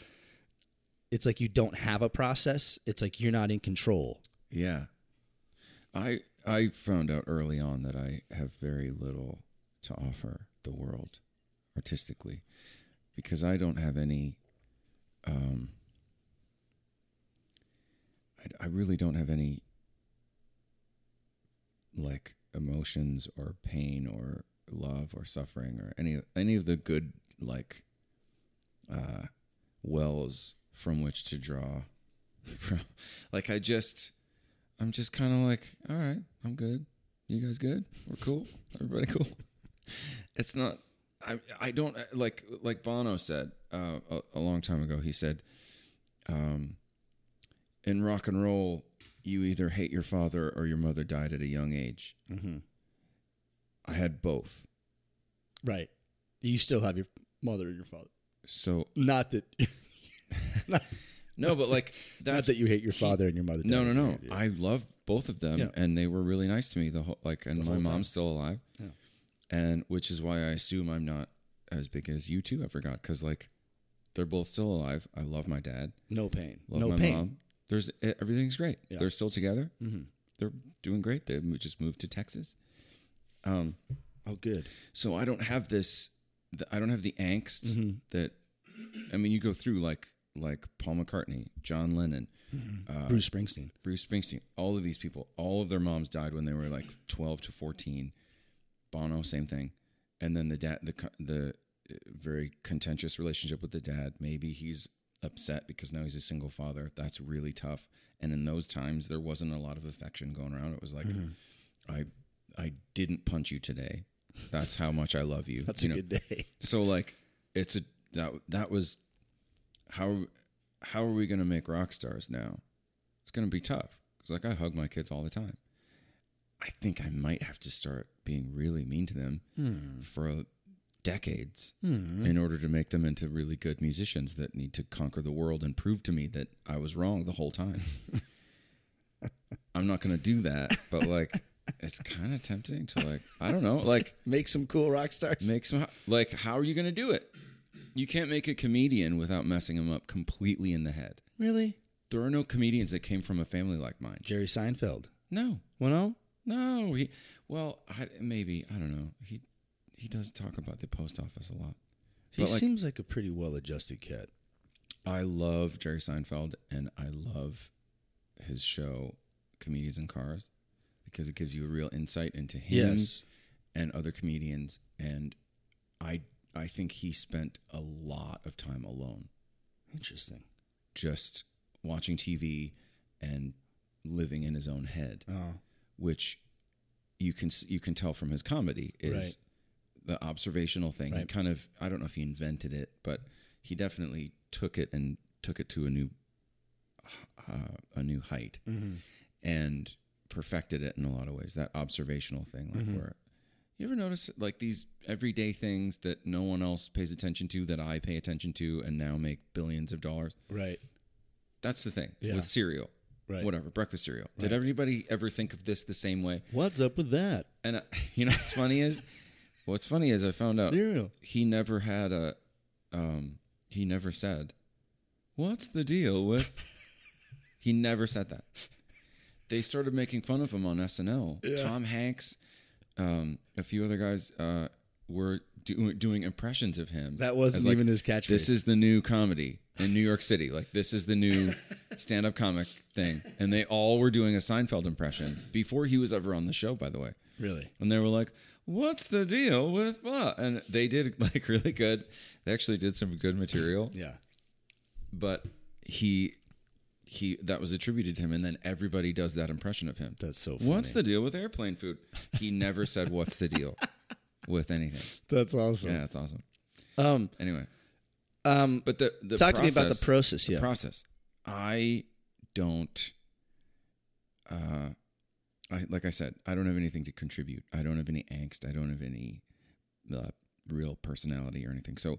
it's like you don't have a process. It's like you're not in control. Yeah. I I found out early on that I have very little to offer the world artistically because I don't have any um I, I really don't have any like emotions or pain or love or suffering or any any of the good like uh wells from which to draw from like I just I'm just kind of like, all right, I'm good. You guys good? We're cool. Everybody cool. It's not. I I don't uh, like like Bono said uh, a, a long time ago. He said, um, in rock and roll, you either hate your father or your mother died at a young age. Mm-hmm. I had both, Right. You still have your mother and your father. so Not that, not, no, but like not that's that you hate your father and your mother. no, no, don't. no. Yeah. I love both of them, Yeah. and they were really nice to me the whole like. And The my whole mom's time. still alive, Yeah. and which is why I assume I'm not as big as you two ever got because like they're both still alive. I love my dad, no pain. love no my pain. mom. There's e- everything's great. Yeah. Mm-hmm. They're still together. They're doing great. They mo- just moved to Texas. Um, Oh, good. so I don't have this. th- I don't have the angst Mm-hmm. that. I mean, you go through like like Paul McCartney, John Lennon, Uh, Bruce Springsteen. Bruce Springsteen, all of these people, all of their moms died when they were like 12 to 14. Bono, same thing. And then the dad, the co- the uh, very contentious relationship with the dad. Maybe he's upset because now he's a single father. That's really tough. And in those times, there wasn't a lot of affection going around. It was like, Mm-hmm. I I didn't punch you today. That's how much I love you. That's you a know? good day. So like it's a that that was how how are we gonna make rock stars now? It's gonna be tough because like I hug my kids all the time. I think I might have to start being really mean to them for decades in order to make them into really good musicians that need to conquer the world and prove to me that I was wrong the whole time. I'm not gonna do that, but like it's kind of tempting to like I don't know like Make some cool rock stars. Make some like how are you going to do it? You can't make a comedian without messing him up completely in the head. really? There are no comedians that came from a family like mine. Jerry Seinfeld. No, Well, no. No, he. Well, I, maybe I don't know. He he does talk about the post office a lot. He But, like- seems like a pretty well-adjusted cat. I love Jerry Seinfeld, and I love his show Comedians in Cars because it gives you a real insight into him Yes. and other comedians. And I I think he spent a lot of time alone, Interesting. just watching TV and living in his own head Oh, which you can you can tell from his comedy is Right. the observational thing. He Right. kind of I don't know if he invented it, but he definitely took it and took it to a new uh, a new height Mm-hmm. and perfected it in a lot of ways. That observational thing, like Mm-hmm. where you ever notice like these everyday things that no one else pays attention to that I pay attention to and now make billions of dollars. right. That's the thing Yeah. with cereal. Right. Whatever, breakfast cereal. Did everybody ever think of this the same way? What's up with that? And I, you know what's funny is, what's funny is I found out Cereal. he never had a, um, he never said, "What's the deal with?" he never said that. They started making fun of him on SNL. Tom Hanks, um, a few other guys uh, were do- doing impressions of him. That wasn't as, like, even his catchphrase. This is the new comedy in New York City. Like this is the new stand-up comic thing, and they all were doing a Seinfeld impression before he was ever on the show. By the way, Really? and they were like, "What's the deal with blah?" And they did like really good. They actually did some good material, Yeah. but he he that was attributed to him, and then everybody does that impression of him. That's so funny. What's the deal with airplane food? He never said what's the deal with anything. That's awesome. Yeah, that's awesome. Um, Anyway, um, but the, the talk to me about the process. process- the Yeah, process. I don't. Uh, I like I said, I don't have anything to contribute. I don't have any angst. I don't have any uh, real personality or anything. So,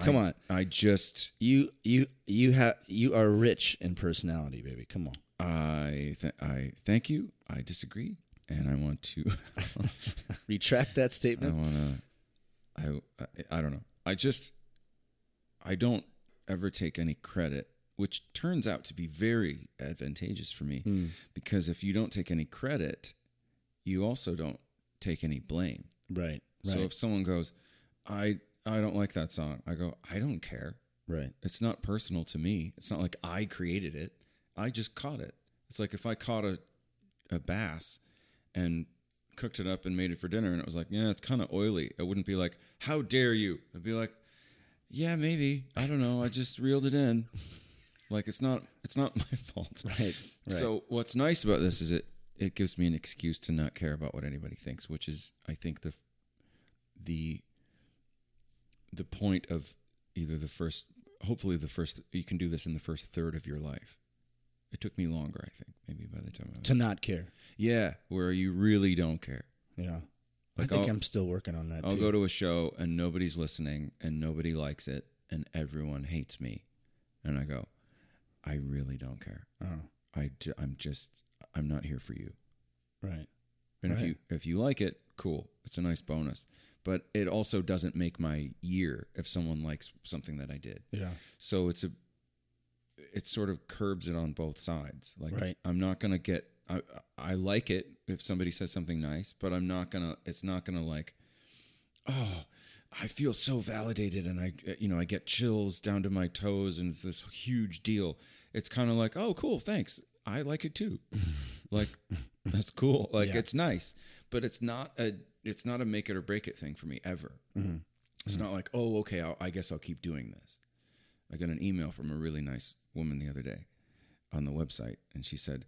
Come I, on. I just you you you have you are rich in personality, baby. Come on. I th- I thank you. I disagree, and I want to. Retract that I statement. want to. I, I I don't know. I just I don't ever take any credit, which turns out to be very advantageous for me because if you don't take any credit, you also don't take any blame. Right. Right. So if someone goes, I I don't like that song, I go, I don't care. right. It's not personal to me. It's not like I created it. I just caught it. It's like if I caught a a bass and cooked it up and made it for dinner and it was like, yeah, it's kind of oily. It wouldn't be like, how dare you? It'd be like, yeah, maybe. I don't know. I just reeled it in. Like it's not it's not my fault. Right. Right. So what's nice about this is it it gives me an excuse to not care about what anybody thinks, which is I think the the the point of either the first hopefully the first you can do this in the first third of your life. It took me longer, I think, maybe by the time I was to not care. yeah, where you really don't care. Yeah. Like I think i I'll- am still working on that I'll too. go to a show and nobody's listening and nobody likes it and everyone hates me. And I go, I really don't care. oh, I j- I'm just, I'm not here for you. right. And if Right. you if you like it, cool. It's a nice bonus. But it also doesn't make my year if someone likes something that I did. Yeah. So it's a it sort of curbs it on both sides. Like Right. I'm not gonna get I I like it if somebody says something nice, but I'm not gonna it's not gonna like oh I feel so validated and I you know I get chills down to my toes and it's this huge deal. It's kind of like oh cool thanks I like it too, like that's cool like Yeah. it's nice, but it's not a it's not a make it or break it thing for me ever. Mm-hmm. It's not like oh okay I'll, I guess I'll keep doing this. I got an email from a really nice woman the other day on the website, and she said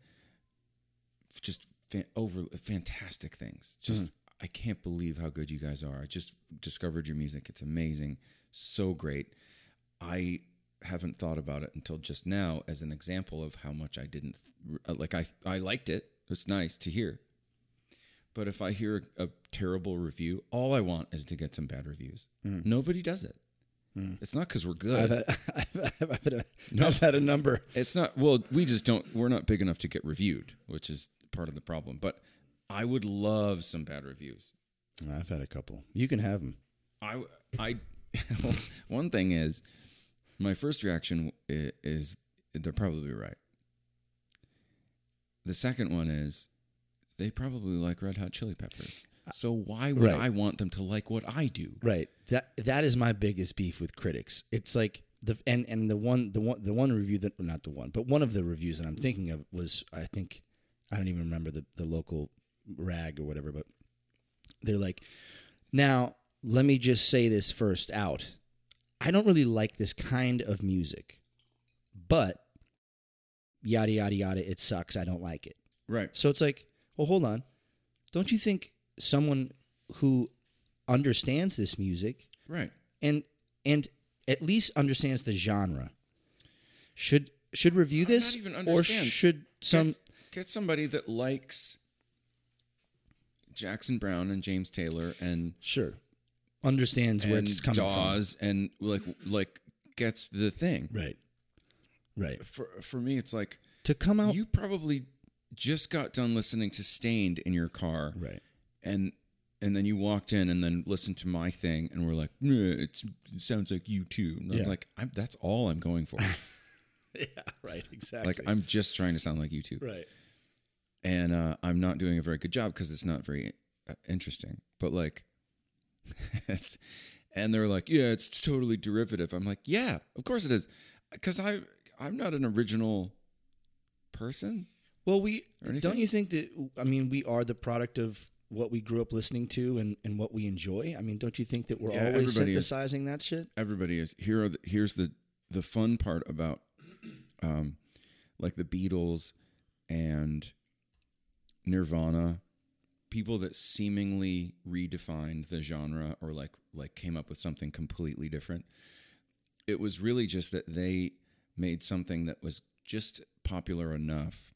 just fan- over fantastic things. Just I can't believe how good you guys are. I just discovered your music. It's amazing, so great. I haven't thought about it until just now as an example of how much I didn't th- like. I I liked it. It's nice to hear. But if I hear a, a terrible review, all I want is to get some bad reviews. Nobody does it. It's not because we're good. I've had, I've, I've, had a, I've had a number. It's not well, we just don't we're not big enough to get reviewed, which is part of the problem. But I would love some bad reviews. I've had a couple. You can have them. I I one thing is my first reaction i- is they're probably right. The second one is They probably like Red Hot Chili Peppers. So why would Right. I want them to like what I do? Right. That that is my biggest beef with critics. It's like the and and the one the one the one review that not the one, but one of the reviews that I'm thinking of was I think I don't even remember the the local rag or whatever, but they're like, now let me just say this first out. I don't really like this kind of music, but yada yada yada. It sucks. I don't like it. Right. So it's like, well, hold on. Don't you think someone who understands this music Right. and and at least understands the genre should should review I'm this not even or understand. should some get, get somebody that likes Jackson Brown and James Taylor and sure understands where and it's coming Dawes and like like gets the thing. Right. Right. For for me, it's like from to come out you probably just got done listening to Stained in your car, Right. and and then you walked in and then listened to my thing, and we're like, "Nah, it's, it sounds like you too. And I'm Yeah. like, I'm, that's all I'm going for. yeah right exactly like I'm just trying to sound like you too, right and uh, I'm not doing a very good job because it's not very uh, interesting. But like, it's- and they're like, yeah, it's totally derivative. I'm like, yeah, of course it is, because I I'm not an original person. well we Or anything? don't you think that i mean we are the product of what we grew up listening to and, and what we enjoy i mean don't you think that we're Yeah, always everybody is. synthesizing that shit everybody is here are the, here's the the fun part about um like the beatles and nirvana people that seemingly redefined the genre or like like came up with something completely different it was really just that they made something that was just popular enough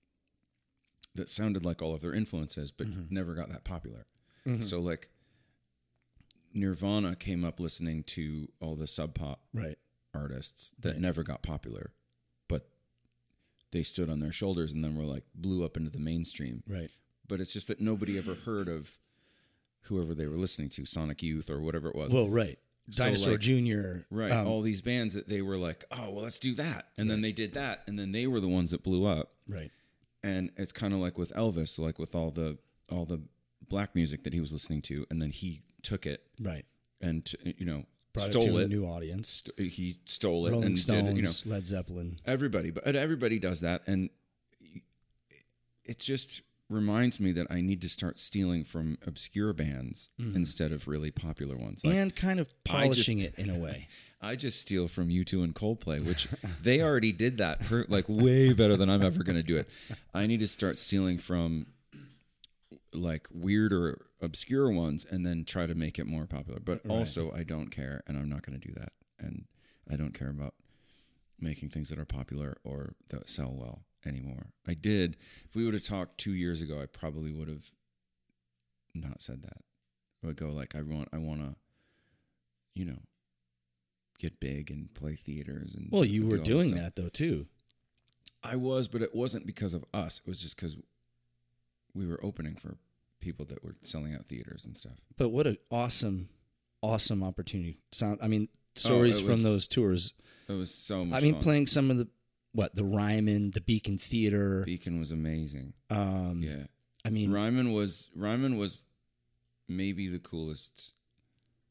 that sounded like all of their influences but never got that popular so like Nirvana came up listening to all the sub pop Right. artists that never got popular, but they stood on their shoulders and then were like blew up into the mainstream. Right. But it's just that nobody ever heard of whoever they were listening to, Sonic Youth or whatever it was. Well, right. So, Dinosaur like- Junior. right. um, all these bands that they were like, oh, well, let's do that. And then they did that. And then they were the ones that blew up. right. and it's kind of like with Elvis, like with all the all the black music that he was listening to, and then he took it Right. and t- you know Brought it stole to it. a new audience. St- he stole it Rolling and Stones, did it, you know Led Zeppelin. everybody, but everybody does that, and it just reminds me that I need to start stealing from obscure bands instead of really popular ones. Like, and kind of I just- polishing it in a way. I just steal from U2 and Coldplay, which they already did that per, like way better than I'm ever going to do it. I need to start stealing from like weird or obscure ones and then try to make it more popular. But also, I don't care and I'm not going to do that. And I don't care about making things that are popular or that sell well anymore. I did. If we would have talked two years ago, I probably would have not said that. I would go like, I want, I want to, you know, get big and play theaters and. Well, you do were all doing stuff. that though too. I was, but it wasn't because of us. It was just because we were opening for people that were selling out theaters and stuff. But what an awesome, awesome opportunity! Sound. I mean, stories it from was those tours. It was so much. I mean, fun. playing some of the what the Ryman, the Beacon Theater. Beacon was amazing. Um, Mm-hmm. Yeah. I mean, Ryman was Ryman was maybe the coolest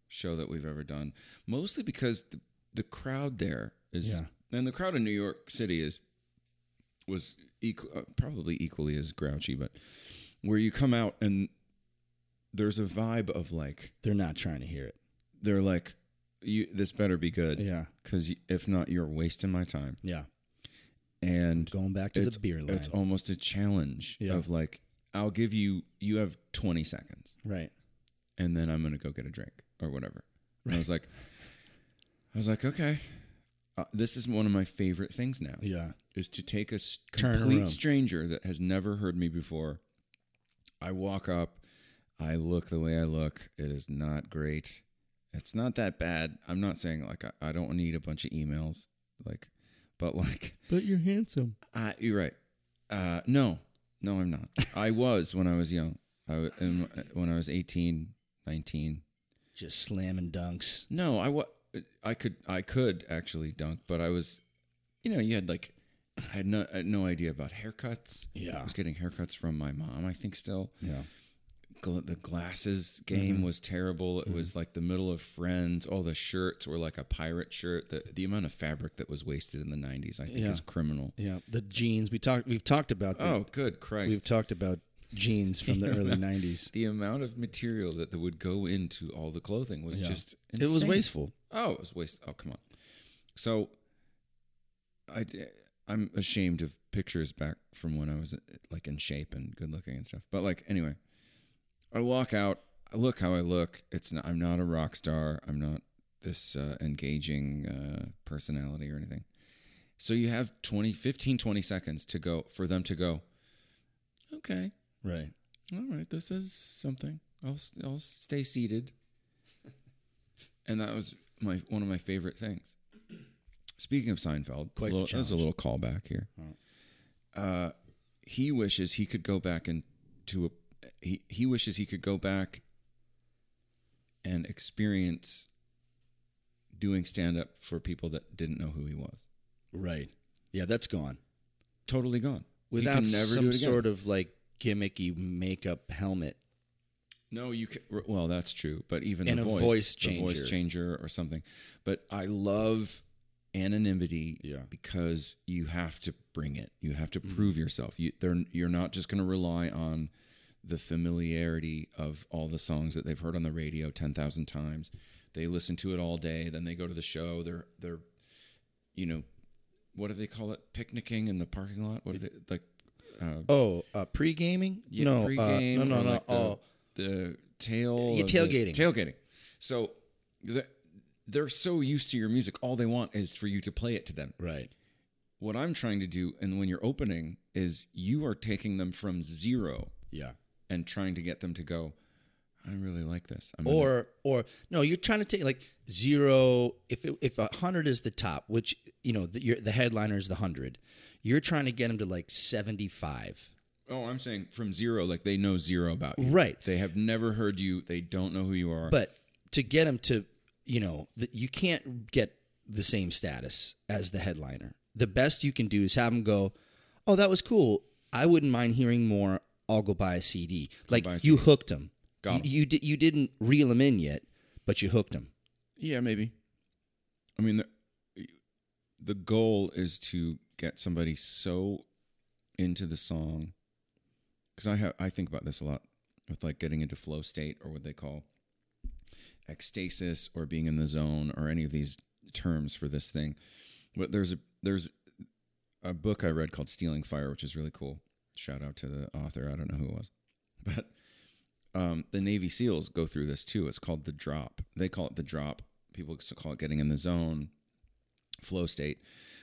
show that we've ever done. Mostly because the, the crowd there is, Yeah. and the crowd in New York City is was equ- uh, probably equally as grouchy, but where you come out and there's a vibe of like They're not trying to hear it. they're like you this better be good Yeah. because if not you're wasting my time Yeah. and Going back to it's, the beer line. it's almost a challenge Yeah. of like I'll give you you have 20 seconds right. and then I'm gonna go get a drink or whatever. And I was like, I was like, okay, uh, this is one of my favorite things now Yeah. is to take a s- Turn complete around. stranger that has never heard me before. I walk up, I look the way I look. It is not great. It's not that bad. I'm not saying like I, I don't need a bunch of emails, like, but like But you're handsome. I, you're right. Uh, no, no, I'm not. I was when I was young. I w- in- when I was 18, 19. just slamming dunks. No, I wa- I could I could actually dunk, but I was, you know, you had like I had no I had no idea about haircuts. I Yeah. was getting haircuts from my mom, I think, still. Yeah. Gl- The glasses game Mm-hmm. was terrible. It was like the middle of Friends. All the shirts were like a pirate shirt. The the amount of fabric that was wasted in the '90s, I think, Yeah. is criminal. Yeah. The jeans we talked. We've talked about. The, Oh, good we've Christ! talked about jeans from the early '90s. the amount of material that would go into all the clothing was Yeah. just It was insane. wasteful. Oh, it was waste. Oh, come on. So, I I'm ashamed of pictures back from when I was like in shape and good looking and stuff. But like anyway, I walk out. I look how I look. It's not, I'm not a rock star. I'm not this uh, engaging uh, personality or anything. So you have 20, 15, 20 seconds to go for them to go. Okay, Right. all right, this is something. I'll I'll stay seated. and that was my one of my favorite things. Speaking of Seinfeld, Quite a the little, there's a little callback here. Uh, he wishes he could go back and to a he he wishes he could go back and experience doing stand up for people that didn't know who he was. Right. Yeah, that's gone. Totally gone. He can Without never do it some again. sort of like gimmicky makeup helmet. No, you can. Well, that's true, but even And the a voice, voice the voice changer. changer or something. But I love anonymity Yeah. because you have to bring it. You have to Mm-hmm. prove yourself. You, they're, you're not just going to rely on the familiarity of all the songs that they've heard on the radio ten thousand times. They listen to it all day, then they go to the show. They're they're, you know, what do they call it? Picnicking in the parking lot. What are they like? Uh, Oh, uh, pre gaming? yeah, no, pregame uh, no, no, or no, like the, oh, the tail. Yeah, of tailgating. The, tailgating. So they're, they're so used to your music, all they want is for you to play it to them. Right. What I'm trying to do, and when you're opening, is you are taking them from zero Yeah. and trying to get them to go. I really like this. I'm gonna-" or or no, you're trying to take like zero. If it, if a hundred is the top, which you know the, your, the headliner is the hundred, you're trying to get them to like seventy five. oh, I'm saying from zero, like they know zero about you. Right. They have never heard you. They don't know who you are. But to get them to, you know, the, you can't get the same status as the headliner. The best you can do is have them go, "Oh, that was cool. I wouldn't mind hearing more. I'll go buy a CD." Like buy a you hooked them. Got 'em. you, you, di- you didn't reel them in yet, but you hooked them. Yeah, maybe. I mean, the, the goal is to get somebody so into the song because I have I think about this a lot with like getting into flow state or what they call ecstasis or being in the zone or any of these terms for this thing. But there's a there's a book I read called Stealing Fire, which is really cool. Shout out to the author. I don't know who it was, but um, the Navy SEALs go through this too. It's called the drop. They call it the drop. People s- call it getting in the zone, flow state.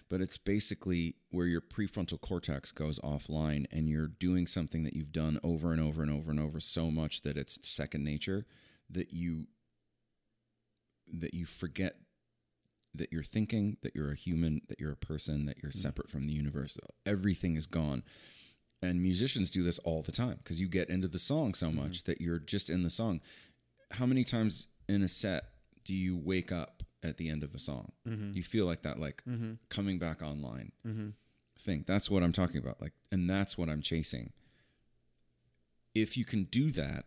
But it's basically where your prefrontal cortex goes offline and you're doing something that you've done over and over and over and over so much that it's second nature that you that you forget that you're thinking, that you're a human, that you're a person, that you're separate from the universe. Everything is gone and musicians do this all the time because you get into the song so much that you're just in the song. How many times in a set do you wake up at the end of a song? You feel like that, like coming back online thing. That's what I'm talking about. Like, and that's what I'm chasing. If you can do that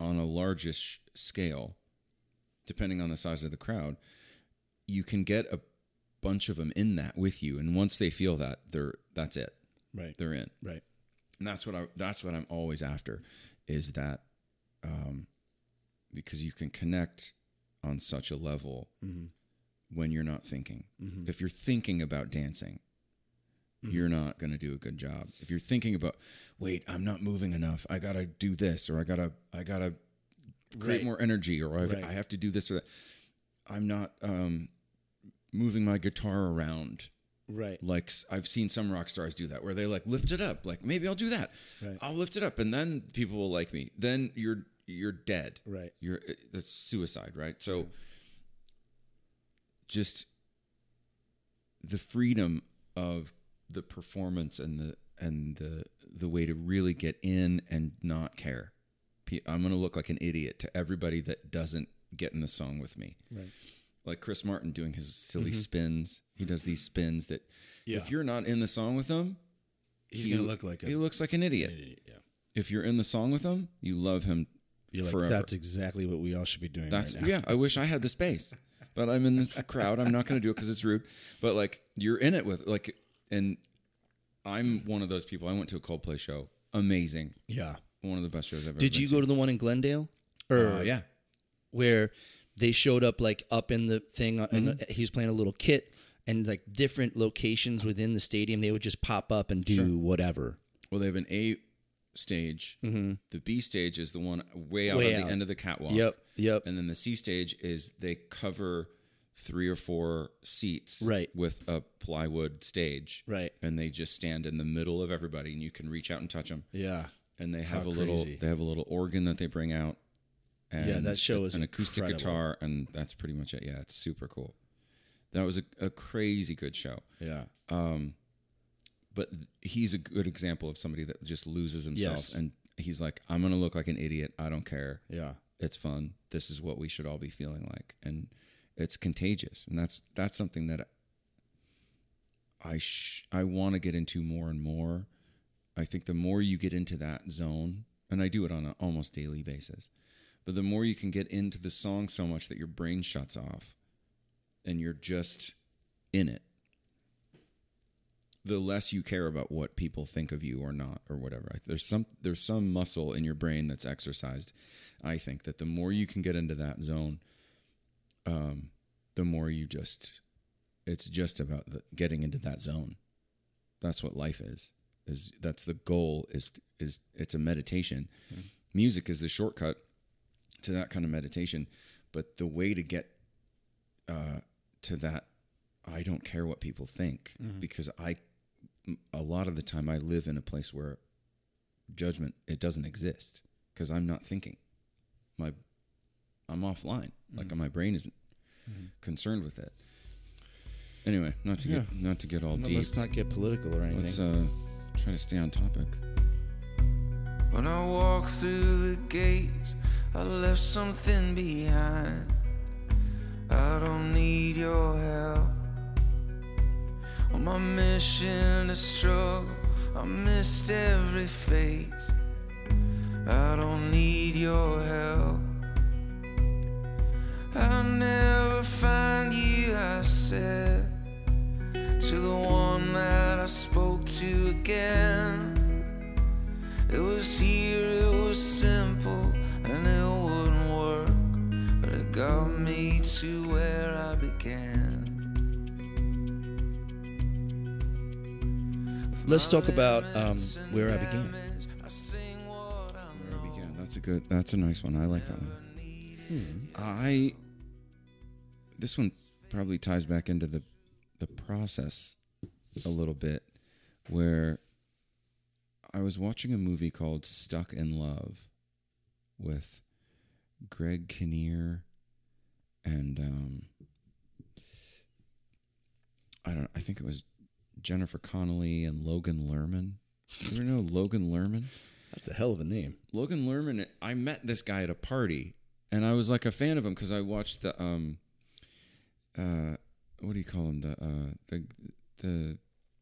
on a largish scale, depending on the size of the crowd, you can get a bunch of them in that with you. And once they feel that, they're that's it. Right. They're in Right. and that's what I that's what I'm always after is that um because you can connect on such a level Mm-hmm. when you're not thinking. Mm-hmm. If you're thinking about dancing, you're not going to do a good job. If you're thinking about wait, I'm not moving enough. I got to do this or I got to I got to create Right. more energy or I've, Right. I have to do this or that. I'm not um moving my guitar around Right. like s- I've seen some rock stars do that where they like lift it up like maybe I'll do that Right. I'll lift it up and then people will like me then you're you're dead Right. you're it- that's suicide right so just the freedom of the performance and the and the the way to really get in and not care P- I'm gonna look like an idiot to everybody that doesn't get in the song with me Right. Mm-hmm. like Chris Martin doing his silly spins. He does these spins that Yeah. if you're not in the song with him, He's he- gonna look like a he looks like an idiot. yeah. If you're in the song with him, you love him You're like forever. that's exactly what we all should be doing. That's right now. yeah. I wish I had the space, but I'm in this crowd. I'm not going to do it because it's rude. But like you're in it with like, and I'm one of those people. I went to a Coldplay show. Amazing. yeah. One of the best shows I've ever. Did been you go to the one in Glendale? Or To. Uh, yeah. where they showed up like up in the thing and he was playing a little kit and like different locations within the stadium they would just pop up and do whatever Well, they have an A stage. The B stage is the one way Mm-hmm. out Way at the out. end of the catwalk. yep yep And then the C stage is they cover three or four seats Right. with a plywood stage. Right. And they just stand in the middle of everybody and you can reach out and touch them. Yeah. and they have How a little crazy. they have a little organ that they bring out. And Yeah, that show it's is an acoustic incredible. guitar, and that's pretty much it. Yeah, it's super cool. That was a, a crazy good show. Yeah. But th- he's a good example of somebody that just loses himself, Yes. and he's like, "I'm gonna look like an idiot. I don't care. Yeah. It's fun. This is what we should all be feeling like, and it's contagious. And that's that's something that I sh- I want to get into more and more. I think the more you get into that zone, and I do it on an almost daily basis, but the more you can get into the song so much that your brain shuts off and you're just in it, the less you care about what people think of you or not or whatever. I- There's some there's some muscle in your brain that's exercised. I think that the more you can get into that zone, um, the more you just it's just about the, getting into that zone that's what life is is that's the goal is is it's a meditation Mm-hmm. music is the shortcut to that kind of meditation but the way to get uh to that i don't care what people think Mm-hmm. because i a lot of the time i live in a place where judgment it doesn't exist because i'm not thinking my i'm offline Mm-hmm. like my brain isn't concerned with it anyway not to get not to get all Well, deep let's not get political or anything Let's uh, try to stay on topic. When I walked through the gates, I left something behind. I don't need your help. On my mission to struggle, I missed every phase. I don't need your help. I'll never find you, I said. To the one that I spoke to again. It was here, it was simple, and it wouldn't work. But it got me to where I began. let's talk about um, where i began I sing what I Where we go. That's a good. That's a nice one. I like that one. I. This one probably ties back into the, the process, a little bit, where. I was watching a movie called Stuck in Love, with, Greg Kinnear, and um. I don't. I think it was Jennifer Connelly and Logan Lerman. You ever know Logan Lerman? That's a hell of a name. Logan Lerman, I met this guy at a party, and I was like a fan of him because I watched the um, uh, what do you call him the uh the the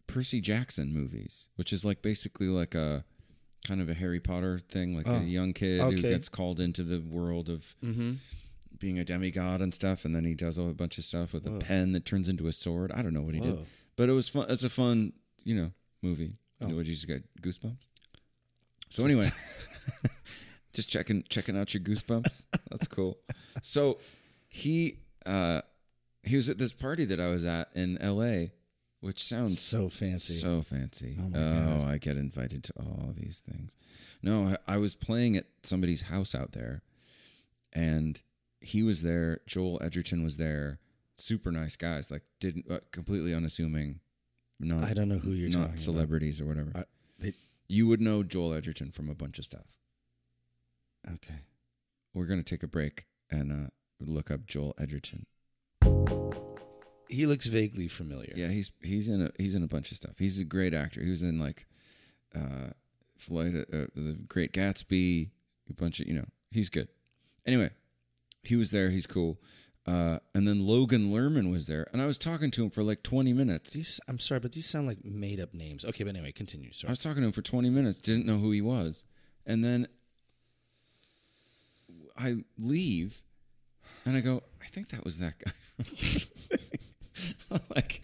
Percy Jackson movies, which is like basically like a kind of a Harry Potter thing, like a young kid who okay. gets called into the world of being a demigod and stuff, and then he does a whole bunch of stuff with a pen that turns into a sword. I don't know what he did, but it was fun. It's a fun, you know, movie. You know, what you just got goosebumps. So anyway, just checking checking out your goosebumps. That's cool. So he uh he was at this party that I was at in L.A., which sounds So fancy. so fancy. Oh, I get invited to all these things. No, I, I was playing at somebody's house out there, and he was there. Joel Edgerton was there. Super nice guys. Like didn't uh, completely unassuming. Not I don't know who you're talking not about. celebrities or whatever. I- they- you would know Joel Edgerton from a bunch of stuff. Okay. We're gonna take a break and uh, look up Joel Edgerton. He looks vaguely familiar. Yeah, he's he's in a he's in a bunch of stuff. He's a great actor. He was in like uh Flight uh, the Great Gatsby, a bunch of, you know, he's good. Anyway, he was there, he's cool. Uh, and then Logan Lerman was there, and I was talking to him for like 20 minutes. These, I'm sorry, but these sound like made up names. Okay, but anyway, continue. I Sorry. was talking to him for 20 minutes, didn't know who he was. And then I leave and I go, I think that was that guy. like,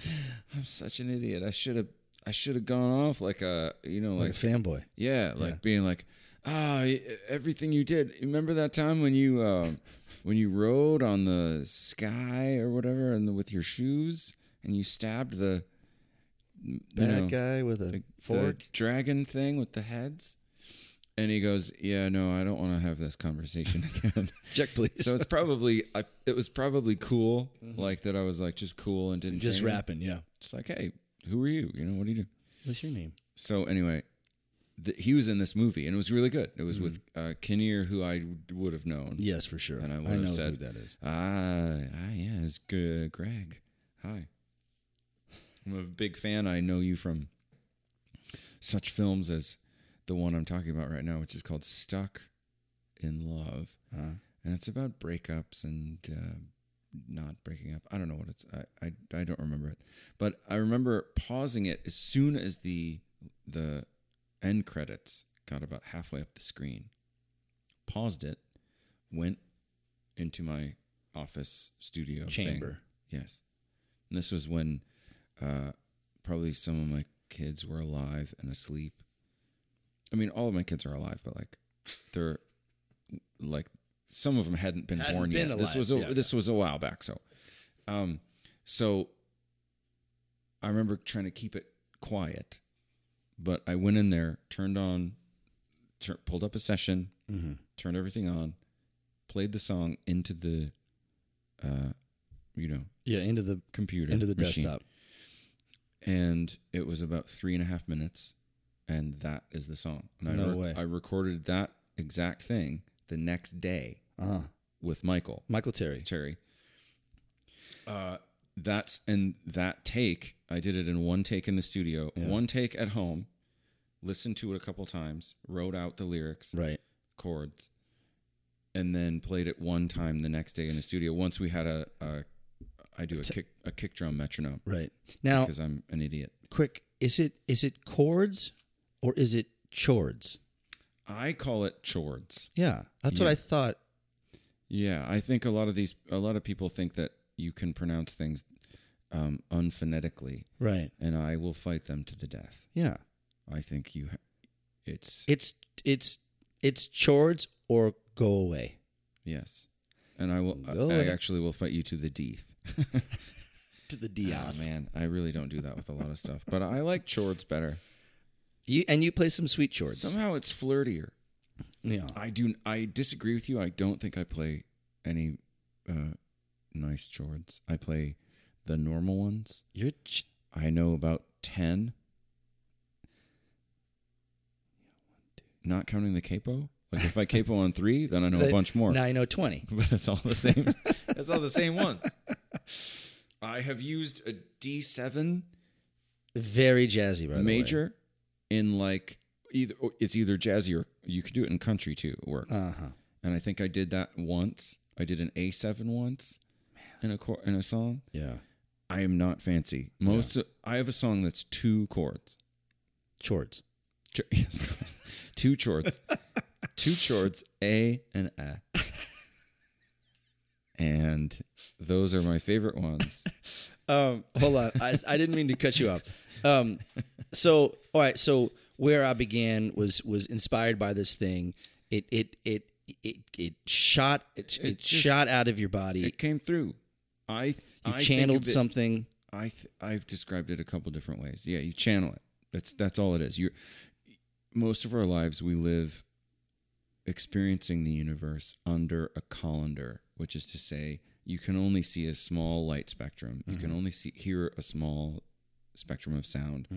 I'm such an idiot. I should have. I should have gone off like a, you know, Like like a fanboy. yeah, like being like, ah, y- everything you did. Remember that time when you um, when you rode on the sky or whatever, and with your shoes, and you stabbed the you Bad know, guy with a the- fork. the dragon thing with the heads. And he goes, yeah, no, I don't want to have this conversation again. Check, please. so it's probably, I, it was probably cool, like that. I was like just cool and didn't Mm-hmm. Just say anything. rapping, yeah. Just like, hey, who are you? You know, what do you do? What's your name? So anyway, th he was in this movie, and it was really good. It Mm-hmm. was with uh, Kinnear, who I would have known. Yes, for sure. And I would I have know said- who that is. Ah, ah, yeah, it's good. Greg, hi. I'm a big fan. I know you from such films as the one I'm talking about right now, which is called Stuck in Love, Uh, and it's about breakups and uh, not breaking up. I don't know what it's. I, I I don't remember it, but I remember pausing it as soon as the the end credits got about halfway up the screen. Paused it, went into my office studio thing. Chamber. Yes, and this was when uh, probably some of my kids were alive and asleep. I mean, all of my kids are alive, but like they're like some of them hadn't been Hadn't born been yet. This alive. was a, Yeah, this was a while back. So, um, so I remember trying to keep it quiet, but I went in there, turned on, tur- pulled up a session, Mm-hmm. turned everything on, played the song into the, uh, you know, Yeah, into the computer, into the machine. desktop. and it was about three and a half minutes, and that is the song. And I No way. I recorded that exact thing the next day Uh-huh. with Michael. Michael Terry. Terry. Uh, that's and that take I did it in one take in the studio, one take at home. Listened to it a couple times, wrote out the lyrics, Right. chords, and then played it one time the next day in the studio. Once we had a, a I do a kick a kick drum metronome Right. Now, because I'm an idiot. quick, is it is it chords or is it chords? I call it chords. Yeah. That's what I thought. Yeah, I think a lot of these a lot of people think that you can pronounce things um, unphonetically, Right. and I will fight them to the death. Yeah. I think you. Ha- it's It's it's it's chords or go away. yes, and I will. Go I, I ahead. actually will fight you to the death. To the D Oh man, I really don't do that with a lot of stuff, but I like chords better. You and you play some sweet chords. Somehow it's flirtier. yeah. I do. I disagree with you. I don't think I play any uh, nice chords. I play the normal ones. You're ch- I know about 10. Not counting the capo. Like if I capo on three, then I know a bunch more. Now I know 20. But it's all the same. it's all the same one. I have used a D7 Very jazzy, by the way. major in like either or it's either jazzy or you could do it in country too. It works. Uh-huh. and I think I did that once. I did an A7 once in a chor- in a song. Yeah. I am not fancy. Most of, I have a song that's two chords. Chords. Ch- yes. two chords, two chords, A and A, and those are my favorite ones. Um, hold on. I, I didn't mean to cut you off. Um, so, all right. So, where I began was was inspired by this thing. It it it it it shot it, it, just- shot out of your body. It came through. I th- I you think channeled of it- something. I th- I've described it a couple different ways. Yeah, you channel it. That's that's all it is. You're most of our lives we live experiencing the universe under a colander, which is to say you can only see a small light spectrum. You can only see hear a small spectrum of sound.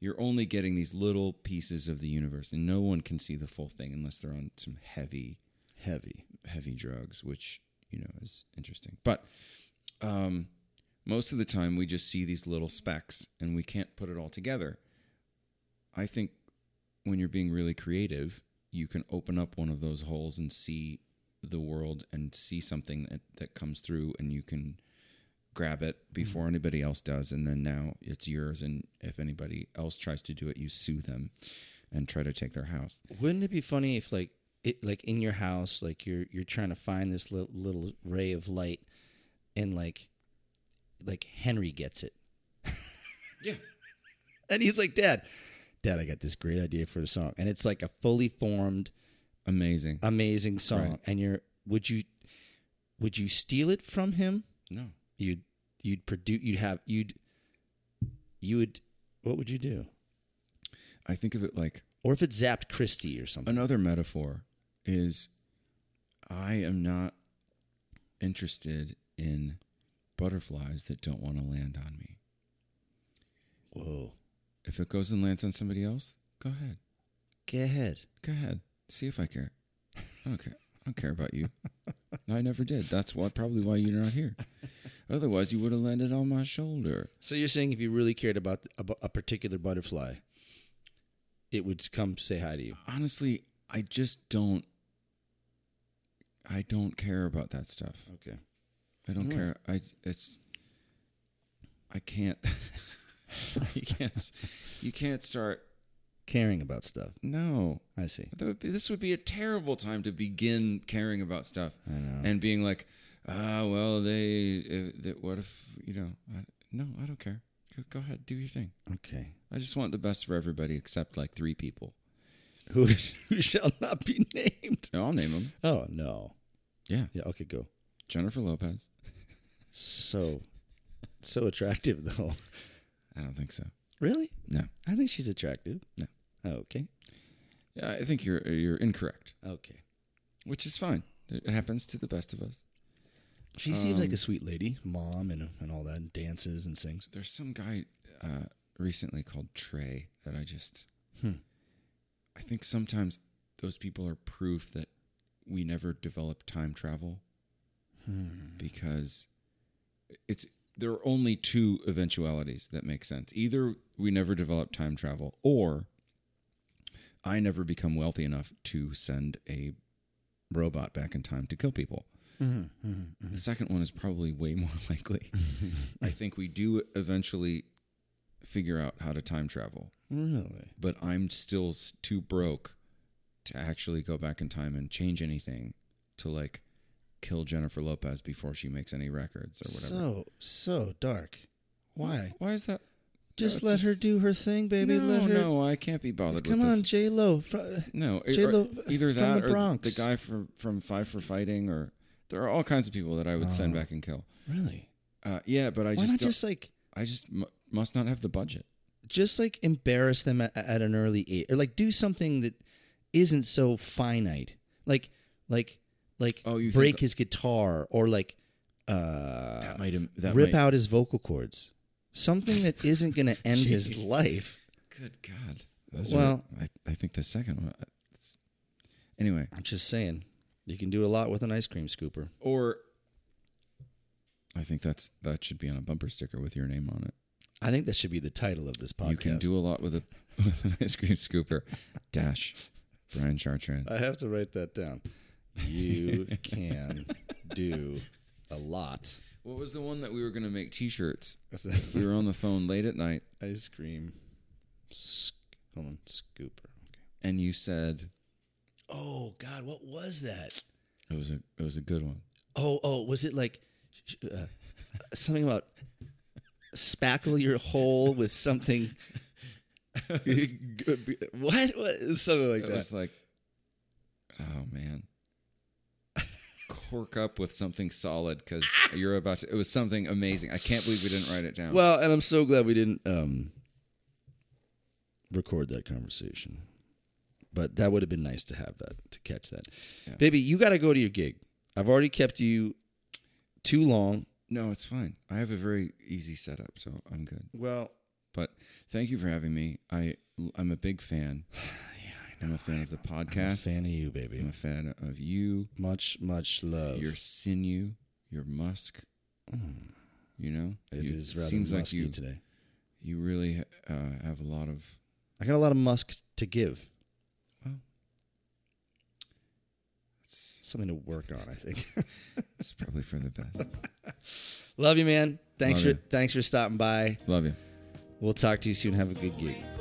You're only getting these little pieces of the universe, and no one can see the full thing unless they're on some heavy Heavy. heavy drugs, which you know is interesting. But um, most of the time, we just see these little specks, and we can't put it all together. I think when you're being really creative, you can open up one of those holes and see the world and see something that, that comes through and you can grab it before anybody else does and then now it's yours and if anybody else tries to do it you sue them and try to take their house Wouldn't it be funny if like it like in your house like you're you're trying to find this little, little ray of light and like like Henry gets it. Yeah. and he's like, "Dad, Dad, I got this great idea for a song." And it's like a fully formed amazing Uh, amazing song Right. and you're would you would you steal it from him? no You'd you'd produce you'd have you'd you would what would you do? i think of it like Or if it zapped Christie or something. another metaphor is I am not interested in butterflies that don't want to land on me. Whoa. If it goes and lands on somebody else, go ahead. Go ahead. Go ahead. See if I care. I don't care. I don't care about you. No, I never did. That's why probably why you're not here. Otherwise, you would have landed on my shoulder. So you're saying if you really cared about a, bu- a particular butterfly, it would come say hi to you. Honestly, I just don't. I don't care about that stuff. Okay. I don't care. I it's I can't you can't s- you can't start Caring about stuff. no. I see. That would be, this would be a terrible time to begin caring about stuff and being like, ah, well, they, uh, that what if you know? I, no, I don't care. Go, go ahead, do your thing. Okay. I just want the best for everybody except like three people. Who, who shall not be named? No, I'll name them. Oh no. Yeah, Yeah. Okay. Go. Jennifer Lopez. So, so attractive though. I don't think so. Really? No, I think she's attractive. Oh, No. Okay. yeah, I think you're you're incorrect, Okay. which is fine. It happens to the best of us. She seems like a sweet lady, mom, and and all that, and dances and sings. There's some guy uh, recently called Trey that I just. hmm. I think sometimes those people are proof that we never develop time travel because it's there are only two eventualities that make sense. Either we never develop time travel, or I never become wealthy enough to send a robot back in time to kill people. The second one is probably way more likely. I think we do eventually figure out how to time travel, Really? but I'm still s- too broke to actually go back in time and change anything to like kill Jennifer Lopez before she makes any records or whatever. So so dark. Why? Why is that? Just No, let it's her do her thing, baby. no, let her. no, I can't be bothered Come with on, this. J Lo. Fr- No, e, J. or- Lo either from that the or Bronx. the guy from from Five for Fighting, or there are all kinds of people that I would send back and kill. Really? Uh, yeah, but I Oh. Why just, not don't- just like I just m- must not have the budget. just like embarrass them at, at an early age, or like do something that isn't so finite, like like like Oh, you think break that- his guitar or like uh, might that rip out his vocal cords, something that isn't going to end his Jeez. life. Good God. Those Well- are, I, I think the second one. uh, it's- anyway, I'm just saying, you can do a lot with an ice cream scooper. or I think that's that should be on a bumper sticker with your name on it. I think that should be the title of this podcast. You can do a lot with a with an ice cream scooper. Dash, Brian Chartrand. I have to write that down. You can do a lot. What was the one that we were going to make T-shirts? with an We were on the phone late at night, Ice cream. Sc- hold on, scooper. Okay. and you said Oh God, what was that? it was a it was a good one. Oh, oh, was it like sh- uh, something about spackle your hole with something? what? What? Something like It that. was like, oh man, cork up with something solid because you're about to. It was something amazing. I can't believe we didn't write it down. Well, and I'm so glad we didn't um, record that conversation. But that would have been nice to have that to catch that. Baby, you got to go to your gig. I've already kept you too long. no, it's fine. I have a very easy setup, so I'm good. Well, But thank you for having me. I I'm a big fan. I am a fan of the I'm a podcast. fan of you, I'm baby. a fan of you, Much, much love. your sinew, your musk. You know, Hmm. It You- is rather seems like musky you today. you really uh, have a lot of I got a lot of musk to give. it's something to work on. I think. It's probably for the best. Love you, man. Thanks Love for thanks for stopping by. Love you. We'll talk to you soon. Have a good gig. Wake